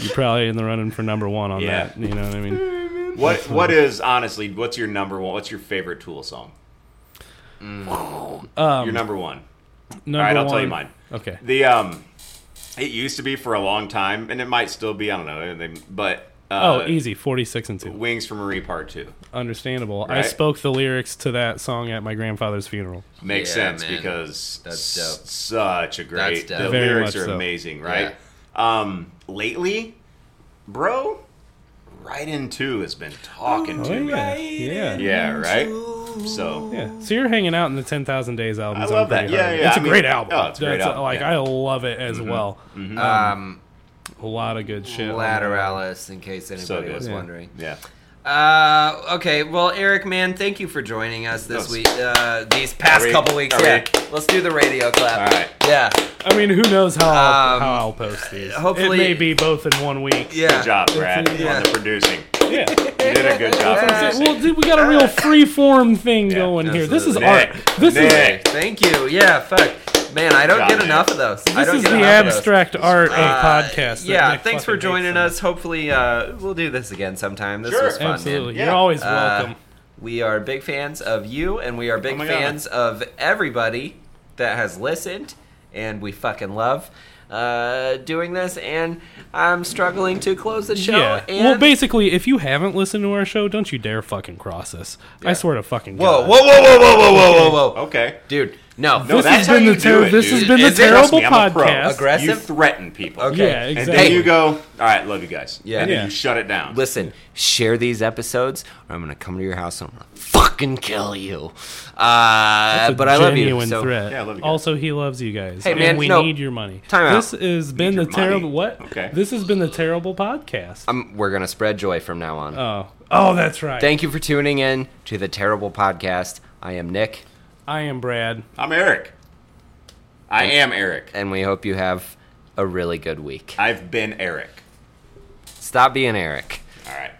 B: you're probably in the running for number one on
C: Yeah.
B: that. You know what I mean?
C: What what is honestly? What's your number one? What's your favorite Tool song? your number one.
B: Mm. Um, Number
C: All right, I'll
B: one,
C: tell you mine.
B: Okay.
C: The um, it used to be for a long time, and it might still be. I don't know. They, but
B: Oh,
C: uh,
B: easy. Forty-six and two.
C: Wings from Marie Part Two
B: Understandable. I
C: Right.
B: spoke the lyrics to that song at my grandfather's funeral.
C: makes
A: Yeah,
C: sense
A: man.
C: because
A: That's
C: s-
A: dope.
C: such a great.
A: That's dope.
C: The
B: Very
C: lyrics
B: much
C: are
B: so.
C: amazing, right? Um, lately, bro, right in two has been talking to me.
B: Oh, yeah. Yeah. yeah.
C: Yeah, Oh, right. So
B: So you're hanging out in the Ten Thousand Days album.
C: I love that. Yeah, yeah.
B: It's a
C: I mean-
B: great album.
C: Oh, it's a great
B: That's,
C: album,
B: Like
C: yeah. Mm-hmm.
B: I love it as well.
A: Um,
B: A lot of good shit. on
A: Lateralis, in case
C: so
A: anybody
C: good.
A: was
C: yeah.
A: wondering.
C: Yeah.
A: Uh, okay, well, Eric, man, thank you for joining us this
C: Yes.
A: week. Uh, these past
C: Are we-
A: couple weeks.
C: are
A: Yeah,
C: we-
A: let's do the radio clap.
C: All right.
A: Yeah,
B: that. I mean, who knows how I'll,
A: Um,
B: how I'll post these?
A: hopefully-
B: it may be both in one week.
A: yeah.
C: Good job, Brad,
A: Yeah. Uh,
C: on the producing.
B: Yeah.
C: You did a good
B: That's
C: job. producing.
B: what I'm saying. Well, dude, we got a real free form thing going here. This is
A: absolutely.
B: art. This
C: Nick,
B: is
C: Nick,
A: Thank you. Yeah, fuck, man, I don't
C: Good job,
A: get
C: man.
A: enough of those. I
B: this
A: don't
B: is
A: get
B: the
A: enough of those.
B: abstract art of
A: Uh,
B: podcast. that
A: yeah,
B: Nick
A: thanks for
B: fucking hates
A: joining
B: so
A: us. Hopefully, uh, we'll do this again sometime. This
C: Sure.
A: was fun. man.
B: much. Absolutely,
C: Yeah.
B: you're always
A: Uh,
B: welcome. Oh
A: We are big fans of you, and we are big
C: my God.
A: fans of everybody that has listened, and we fucking love uh, doing this. And I'm struggling to close the show.
B: Yeah.
A: And
B: Well, basically, if you haven't listened to our show, don't you dare fucking cross us.
A: Yeah.
B: I swear to fucking
A: whoa,
B: God.
A: whoa, whoa, whoa, whoa, whoa, whoa, whoa, whoa,
C: Okay.
A: dude, no,
C: No,
B: This
C: that's
B: has
C: how
B: been
C: you
B: the
C: do
B: ter-
C: it,
B: this
C: dude.
B: has been the
A: Is it-
C: Trust
B: terrible
C: me, I'm a pro.
B: podcast.
A: Aggressive?
C: You threaten people.
A: Okay.
B: Yeah,
C: And
B: exactly.
C: then you go, all right, love you guys.
A: Yeah.
C: And then
B: Yeah.
C: you shut it down.
A: Listen, share these episodes, or I'm gonna come to your house and I'm gonna fucking kill you. Uh,
B: That's a
A: but I love you.
B: genuine
A: So,
B: threat.
C: Yeah, I love you guys.
B: also, he loves you guys.
A: Hey,
B: and
A: man,
B: we
A: no.
B: need your money.
A: Time out.
B: this has been
C: your
B: the terrible.
C: money.
B: What?
C: Okay.
B: This has been the terrible podcast.
A: um, we're gonna spread joy from now on.
B: oh, oh, that's right.
A: Thank you for tuning in to the Terrible Podcast. I am Nick.
B: I am Brad.
C: I'm Eric. I am Eric.
A: and we hope you have a really good week.
C: I've been Eric.
A: Stop being Eric.
C: All right.